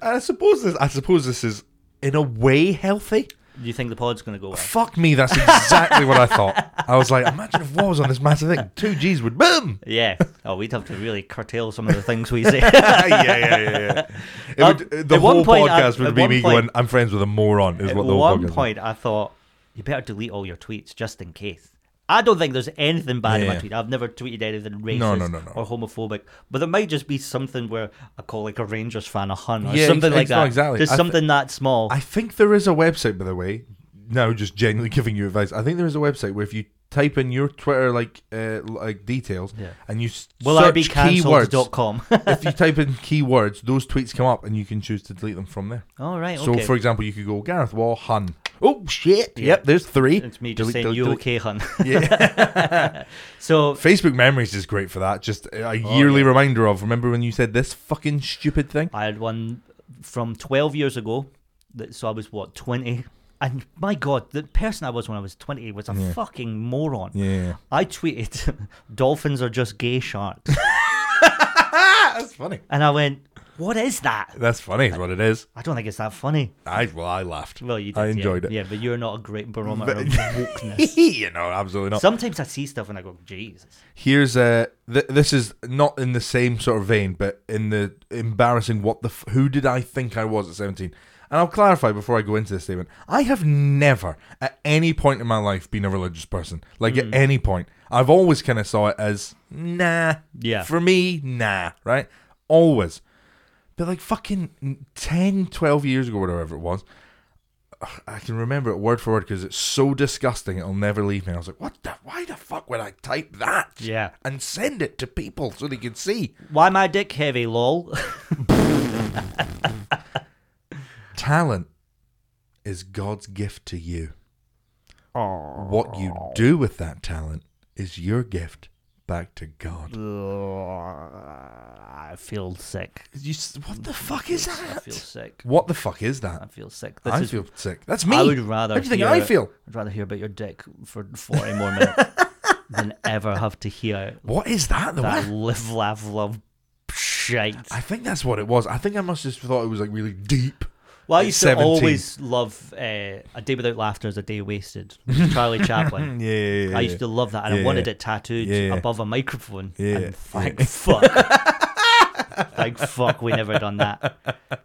[SPEAKER 2] I suppose this. I suppose this is in a way healthy.
[SPEAKER 1] Do you think the pod's going to go well?
[SPEAKER 2] Fuck me, that's exactly what I thought. I was like, imagine if war was on this massive thing. Two G's would boom.
[SPEAKER 1] Yeah. Oh, we'd have to really curtail some of the things we say.
[SPEAKER 2] yeah, yeah, yeah, yeah. It
[SPEAKER 1] Um,
[SPEAKER 2] would, the
[SPEAKER 1] at one
[SPEAKER 2] whole
[SPEAKER 1] point, I-
[SPEAKER 2] podcast
[SPEAKER 1] at
[SPEAKER 2] would be
[SPEAKER 1] one
[SPEAKER 2] me
[SPEAKER 1] point-
[SPEAKER 2] going, "I'm friends with a moron," is what
[SPEAKER 1] At
[SPEAKER 2] the whole
[SPEAKER 1] one
[SPEAKER 2] podcast
[SPEAKER 1] point, I thought you better delete all your tweets just in case. I don't think there's anything bad in my
[SPEAKER 2] Yeah.
[SPEAKER 1] tweet. I've never tweeted anything racist
[SPEAKER 2] No, no, no, no.
[SPEAKER 1] or homophobic, but there might just be something where I call like a Rangers fan a hun or
[SPEAKER 2] Yeah,
[SPEAKER 1] something
[SPEAKER 2] ex-
[SPEAKER 1] like
[SPEAKER 2] ex- no,
[SPEAKER 1] that.
[SPEAKER 2] exactly.
[SPEAKER 1] Just
[SPEAKER 2] I thi-
[SPEAKER 1] something that small.
[SPEAKER 2] I think there is a website, by the way. Now, just genuinely giving you advice. I think there is a website where if you type in your Twitter like uh, like details,
[SPEAKER 1] Yeah.
[SPEAKER 2] and you s-
[SPEAKER 1] Will
[SPEAKER 2] search
[SPEAKER 1] I be
[SPEAKER 2] keywords,
[SPEAKER 1] cancelled.com?
[SPEAKER 2] if you type in keywords, those tweets come up, and you can choose to delete them from there.
[SPEAKER 1] all right.
[SPEAKER 2] So,
[SPEAKER 1] Oh, Okay.
[SPEAKER 2] for example, you could go Gareth Wall Hun. Oh shit! Yep, there's three.
[SPEAKER 1] it's me just
[SPEAKER 2] Delete,
[SPEAKER 1] saying
[SPEAKER 2] delete,
[SPEAKER 1] you
[SPEAKER 2] delete.
[SPEAKER 1] okay, hun.
[SPEAKER 2] Yeah.
[SPEAKER 1] So
[SPEAKER 2] Facebook Memories is great for that. Just
[SPEAKER 1] Oh,
[SPEAKER 2] a yearly reminder of remember when you said this fucking stupid thing.
[SPEAKER 1] I had one from 12 years ago. that- So I was what 20, and my god, the person I was when I was 20 was a fucking moron.
[SPEAKER 2] Yeah,
[SPEAKER 1] I tweeted, "Dolphins are just gay sharks,"
[SPEAKER 2] Ah, that's funny.
[SPEAKER 1] and I went, "What is that?"
[SPEAKER 2] That's funny. Is what it is.
[SPEAKER 1] I don't think it's that funny.
[SPEAKER 2] I well, I laughed.
[SPEAKER 1] Well, you did.
[SPEAKER 2] I
[SPEAKER 1] yeah.
[SPEAKER 2] enjoyed it.
[SPEAKER 1] Yeah, but you're not a great barometer of
[SPEAKER 2] But-
[SPEAKER 1] wokeness.
[SPEAKER 2] you know, absolutely not.
[SPEAKER 1] Sometimes I see stuff and I go, "Jesus."
[SPEAKER 2] Here's a. Th- this is not in the same sort of vein, but in the embarrassing. What the? F- who did I think I was at seventeen? And I'll clarify before I go into this statement. I have never, at any point in my life, been a religious person. Like at any point, I've always kind of saw it as nah.
[SPEAKER 1] Yeah.
[SPEAKER 2] For me, nah. Right. Always. But like fucking 10, 12 years ago, whatever it was, I can remember it word for word because it's so disgusting it'll never leave me. I was like, what the? Why the fuck would I type that?
[SPEAKER 1] Yeah.
[SPEAKER 2] And send it to people so they can see.
[SPEAKER 1] Why my dick heavy, lol?
[SPEAKER 2] Talent is God's gift to you. What you do with that talent is your gift back to God.
[SPEAKER 1] I feel sick.
[SPEAKER 2] You, s- what the fuck is
[SPEAKER 1] I
[SPEAKER 2] that?
[SPEAKER 1] feel sick.
[SPEAKER 2] What the fuck is
[SPEAKER 1] I
[SPEAKER 2] that?
[SPEAKER 1] feel sick. This
[SPEAKER 2] I
[SPEAKER 1] is
[SPEAKER 2] feel sick. That's me.
[SPEAKER 1] I would rather.
[SPEAKER 2] How do you think
[SPEAKER 1] hear-
[SPEAKER 2] I feel?
[SPEAKER 1] I'd rather hear about your dick for forty more minutes than ever have to hear
[SPEAKER 2] What is that? The
[SPEAKER 1] that live, laugh, love shite.
[SPEAKER 2] I think that's what it was. I think I must have thought it was like really deep.
[SPEAKER 1] Well, I
[SPEAKER 2] At
[SPEAKER 1] used
[SPEAKER 2] 17.
[SPEAKER 1] to always love uh, "A Day Without Laughter is a Day Wasted." Charlie Chaplin.
[SPEAKER 2] Yeah, yeah, yeah.
[SPEAKER 1] I used to love that, and
[SPEAKER 2] Yeah,
[SPEAKER 1] I wanted
[SPEAKER 2] yeah.
[SPEAKER 1] it tattooed
[SPEAKER 2] Yeah, yeah.
[SPEAKER 1] above a microphone.
[SPEAKER 2] Yeah, yeah.
[SPEAKER 1] And thank fuck. thank fuck, we never done that.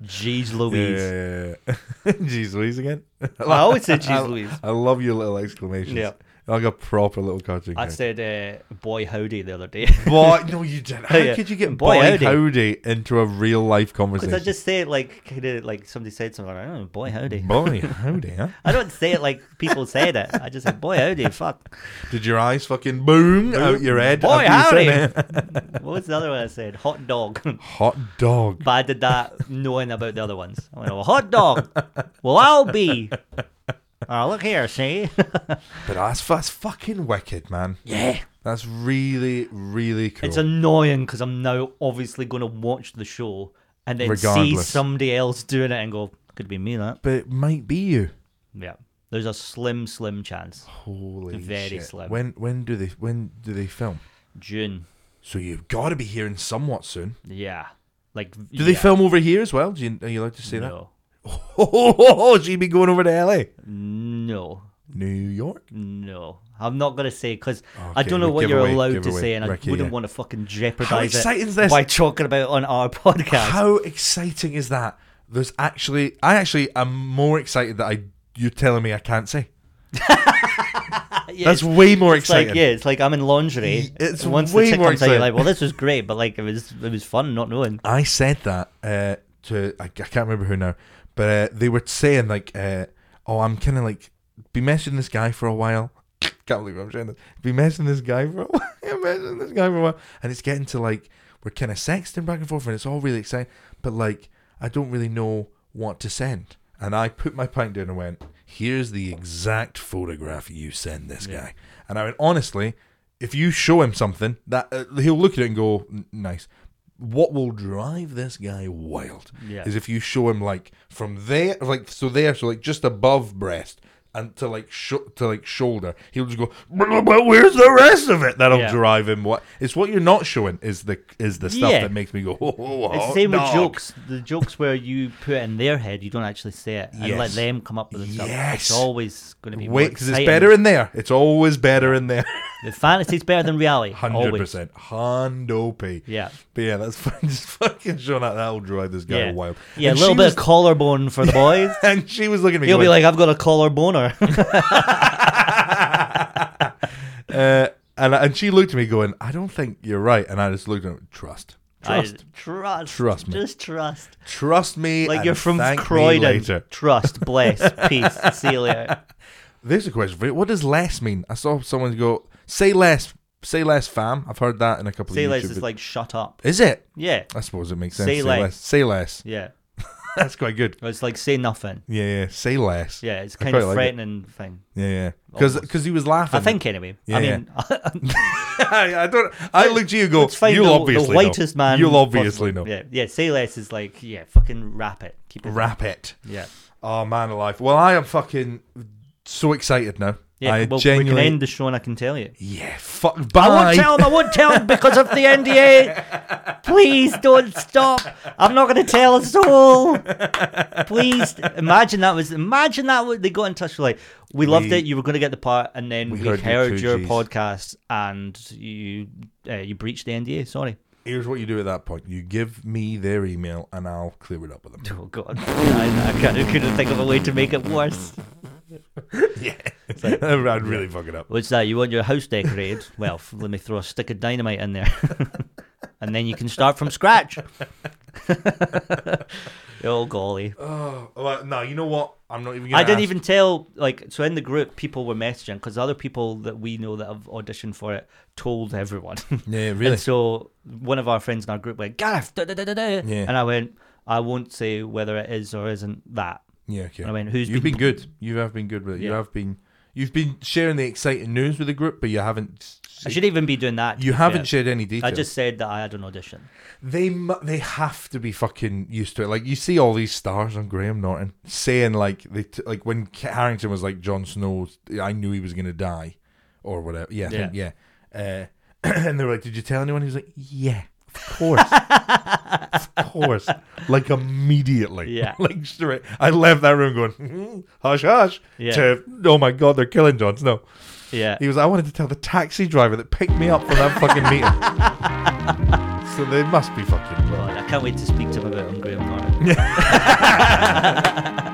[SPEAKER 1] Jeez Louise.
[SPEAKER 2] Yeah, yeah, yeah. Jeez Louise again.
[SPEAKER 1] I always said
[SPEAKER 2] I-
[SPEAKER 1] Jeez Louise.
[SPEAKER 2] I love your little exclamations.
[SPEAKER 1] Yeah.
[SPEAKER 2] Like a proper little cartoon.
[SPEAKER 1] I
[SPEAKER 2] character.
[SPEAKER 1] said uh, "Boy Howdy" the other day.
[SPEAKER 2] Boy, no, you didn't. How
[SPEAKER 1] Yeah.
[SPEAKER 2] could you get boy,
[SPEAKER 1] Boy,
[SPEAKER 2] howdy.
[SPEAKER 1] howdy.
[SPEAKER 2] into a real life conversation?
[SPEAKER 1] Because I just say it like kind of like somebody said something. Like, oh, boy, howdy.
[SPEAKER 2] boy, howdy, huh?
[SPEAKER 1] I don't say it like people said it. I just say, boy, howdy, fuck.
[SPEAKER 2] Did your eyes fucking boom out your head?
[SPEAKER 1] Boy,
[SPEAKER 2] after you
[SPEAKER 1] howdy.
[SPEAKER 2] said that?
[SPEAKER 1] What was the other one I said? Hot dog.
[SPEAKER 2] Hot dog.
[SPEAKER 1] but I did that knowing about the other ones. I went, well, hot dog. Well, I'll be. Oh, look here, see?
[SPEAKER 2] But that's, that's fucking wicked, man.
[SPEAKER 1] Yeah.
[SPEAKER 2] That's really, really cool.
[SPEAKER 1] It's annoying because I'm now obviously going to watch the show and then see
[SPEAKER 2] Regardless.
[SPEAKER 1] somebody else doing it and go, could be me, that.
[SPEAKER 2] but it might be you.
[SPEAKER 1] Yeah. There's a slim, slim chance.
[SPEAKER 2] Holy
[SPEAKER 1] Very
[SPEAKER 2] shit.
[SPEAKER 1] slim.
[SPEAKER 2] When when do they when do they film?
[SPEAKER 1] June.
[SPEAKER 2] So you've got to be hearing somewhat soon.
[SPEAKER 1] Yeah. Like,
[SPEAKER 2] Do they film over here as well? Do you, are you allowed to say that?
[SPEAKER 1] No.
[SPEAKER 2] Oh, oh, oh, oh, so you'd be going over to LA,
[SPEAKER 1] No.
[SPEAKER 2] New York.
[SPEAKER 1] No, I'm not gonna say because I
[SPEAKER 2] Okay,
[SPEAKER 1] don't know
[SPEAKER 2] well,
[SPEAKER 1] what
[SPEAKER 2] give
[SPEAKER 1] you're
[SPEAKER 2] away-
[SPEAKER 1] allowed
[SPEAKER 2] give
[SPEAKER 1] to
[SPEAKER 2] away,
[SPEAKER 1] say, and I
[SPEAKER 2] Ricky,
[SPEAKER 1] wouldn't
[SPEAKER 2] yeah.
[SPEAKER 1] want to fucking jeopardize
[SPEAKER 2] exciting
[SPEAKER 1] it
[SPEAKER 2] is this?
[SPEAKER 1] by talking about it on our podcast.
[SPEAKER 2] How exciting is that? There's actually, I actually am more excited that I you're telling me I can't say.
[SPEAKER 1] Yeah,
[SPEAKER 2] That's
[SPEAKER 1] it's,
[SPEAKER 2] way more
[SPEAKER 1] it's like
[SPEAKER 2] exciting.
[SPEAKER 1] yeah, it's like I'm in laundry.
[SPEAKER 2] Y- it's
[SPEAKER 1] and once
[SPEAKER 2] way
[SPEAKER 1] the tick
[SPEAKER 2] more
[SPEAKER 1] comes out, you're
[SPEAKER 2] exciting.
[SPEAKER 1] like, well, this was great, but like it was it was fun not knowing.
[SPEAKER 2] I said that uh, to I, I can't remember who now, but uh, they were saying like, uh, "Oh, I'm kind of like be messaging this guy for a while, can't believe I'm saying this. Be messing this guy for a while. messing this guy for a while. And it's getting to like, we're kind of sexting back and forth and it's all really exciting. But like, I don't really know what to send. And I put my pint down and went, here's the exact photograph you send this guy. And I went, honestly, if you show him something, that uh, he'll look at it and go, "N- nice. What will drive this guy wild
[SPEAKER 1] Yeah.
[SPEAKER 2] is if you show him like from there, like so there, so like just above breast and to like sho- to like shoulder, he'll just go. But but where's the rest of it? That'll
[SPEAKER 1] Yeah.
[SPEAKER 2] drive him. What it's what you're not showing is the is the stuff
[SPEAKER 1] Yeah.
[SPEAKER 2] that makes me go. Oh, oh,
[SPEAKER 1] It's the
[SPEAKER 2] hot
[SPEAKER 1] same with
[SPEAKER 2] dog."
[SPEAKER 1] jokes. The jokes where you put it in their head, you don't actually say it, and let
[SPEAKER 2] Yes.
[SPEAKER 1] them come up with the stuff.
[SPEAKER 2] Yes.
[SPEAKER 1] It's always going to be more
[SPEAKER 2] Wait, because it's
[SPEAKER 1] exciting.
[SPEAKER 2] better in there. It's always better in there.
[SPEAKER 1] The fantasy's better than reality.
[SPEAKER 2] Hundred
[SPEAKER 1] always.
[SPEAKER 2] percent, hundo p.
[SPEAKER 1] Yeah.
[SPEAKER 2] but yeah, that's fucking, just fucking showing that that'll drive this guy
[SPEAKER 1] Yeah.
[SPEAKER 2] wild.
[SPEAKER 1] Yeah,
[SPEAKER 2] And
[SPEAKER 1] a little
[SPEAKER 2] she
[SPEAKER 1] bit
[SPEAKER 2] was-
[SPEAKER 1] of collarbone for the boys.
[SPEAKER 2] And she was looking at me.
[SPEAKER 1] He'll be
[SPEAKER 2] going,
[SPEAKER 1] like, I've got a collarboner.
[SPEAKER 2] uh, and and she looked at me going, I don't think you're right. And I just looked at her, trust.
[SPEAKER 1] I-
[SPEAKER 2] Trust.
[SPEAKER 1] trust.
[SPEAKER 2] Trust me.
[SPEAKER 1] Just trust.
[SPEAKER 2] Trust me.
[SPEAKER 1] Like
[SPEAKER 2] and
[SPEAKER 1] you're from
[SPEAKER 2] thank me
[SPEAKER 1] Croydon.
[SPEAKER 2] later.
[SPEAKER 1] Trust, bless, peace, see you later.
[SPEAKER 2] There's a question for you. What does less mean? I saw someone go, say less, say less, fam. I've heard that in a couple
[SPEAKER 1] Say
[SPEAKER 2] of YouTube
[SPEAKER 1] less is
[SPEAKER 2] vid-
[SPEAKER 1] like shut up.
[SPEAKER 2] Is it?
[SPEAKER 1] Yeah.
[SPEAKER 2] I suppose it makes sense.
[SPEAKER 1] Say
[SPEAKER 2] Say,
[SPEAKER 1] less.
[SPEAKER 2] less. Say less.
[SPEAKER 1] Yeah.
[SPEAKER 2] That's quite good.
[SPEAKER 1] It's like say nothing.
[SPEAKER 2] Yeah, yeah. Say less.
[SPEAKER 1] Yeah, it's
[SPEAKER 2] I
[SPEAKER 1] kind of
[SPEAKER 2] quite like it.
[SPEAKER 1] threatening thing.
[SPEAKER 2] Yeah, yeah.
[SPEAKER 1] Almost.
[SPEAKER 2] Because he was laughing.
[SPEAKER 1] I think anyway.
[SPEAKER 2] Yeah,
[SPEAKER 1] I mean,
[SPEAKER 2] I, I don't. I looked at you and go,
[SPEAKER 1] let's find
[SPEAKER 2] you'll
[SPEAKER 1] the,
[SPEAKER 2] obviously
[SPEAKER 1] the whitest
[SPEAKER 2] know.
[SPEAKER 1] man.
[SPEAKER 2] You'll obviously
[SPEAKER 1] possible.
[SPEAKER 2] know.
[SPEAKER 1] Yeah, yeah. Say less is like yeah, fucking wrap it. Keep it.
[SPEAKER 2] Wrap it.
[SPEAKER 1] yeah,
[SPEAKER 2] Oh, man alive. Well, I am fucking so excited now.
[SPEAKER 1] yeah.
[SPEAKER 2] I
[SPEAKER 1] well, we
[SPEAKER 2] genuinely.
[SPEAKER 1] can end the show, and I can tell you.
[SPEAKER 2] Yeah, fuck.
[SPEAKER 1] I
[SPEAKER 2] Bye.
[SPEAKER 1] won't tell him. I won't tell him because of the NDA. Please don't stop. I'm not going to tell a soul. Please imagine that was. Imagine that was, they got in touch with like we loved
[SPEAKER 2] We-
[SPEAKER 1] it. You were going to get the part, and then
[SPEAKER 2] We
[SPEAKER 1] we,
[SPEAKER 2] heard
[SPEAKER 1] heard,
[SPEAKER 2] your coochies.
[SPEAKER 1] your podcast, and you uh, you breached the NDA. Sorry.
[SPEAKER 2] Here's what you do at that point. You give me their email and I'll clear it up with them.
[SPEAKER 1] Oh God, I, I can't- I couldn't think of a way to make it worse.
[SPEAKER 2] yeah. I'd really fuck it up.
[SPEAKER 1] What's that? You want your house decorated? Well, f- let me throw a stick of dynamite in there, and then you can start from scratch. oh golly!
[SPEAKER 2] Oh, well, no, you know what? I'm not even going
[SPEAKER 1] I didn't even tell. Like, so in the group, people were messaging because other people that we know that have auditioned for it told everyone.
[SPEAKER 2] Yeah, really.
[SPEAKER 1] And so one of our friends in our group went, "Gareth," da, da, da, da, da,"
[SPEAKER 2] Yeah.
[SPEAKER 1] and I went, "I won't say whether it is or isn't that."
[SPEAKER 2] Yeah, okay.
[SPEAKER 1] I mean, who's
[SPEAKER 2] You've
[SPEAKER 1] been-
[SPEAKER 2] been good. You have been good with it. You
[SPEAKER 1] Yeah.
[SPEAKER 2] have been. You've been sharing the exciting news with the group, but you haven't.
[SPEAKER 1] I should even be doing that. to
[SPEAKER 2] you
[SPEAKER 1] be
[SPEAKER 2] haven't
[SPEAKER 1] fair.
[SPEAKER 2] shared any details.
[SPEAKER 1] I just said that I had an audition.
[SPEAKER 2] they mu- they have to be fucking used to it. Like you see all these stars on Graham Norton saying like they t- like when K- Harrington was like Jon Snow, I knew he was gonna die, or whatever. Yeah, I think, yeah. Uh, and they were like, "Did you tell anyone?" He was like, "Yeah, of course, of course." Like immediately,
[SPEAKER 1] Yeah.
[SPEAKER 2] like straight. I left that room going, "Hmm, "Hush, hush."
[SPEAKER 1] Yeah.
[SPEAKER 2] To oh my god, they're killing Jon Snow.
[SPEAKER 1] Yeah.
[SPEAKER 2] He was. I wanted to tell the taxi driver that picked me up from that fucking meeting. so they must be fucking.
[SPEAKER 1] God, I can't wait to speak to him about Graham Norton.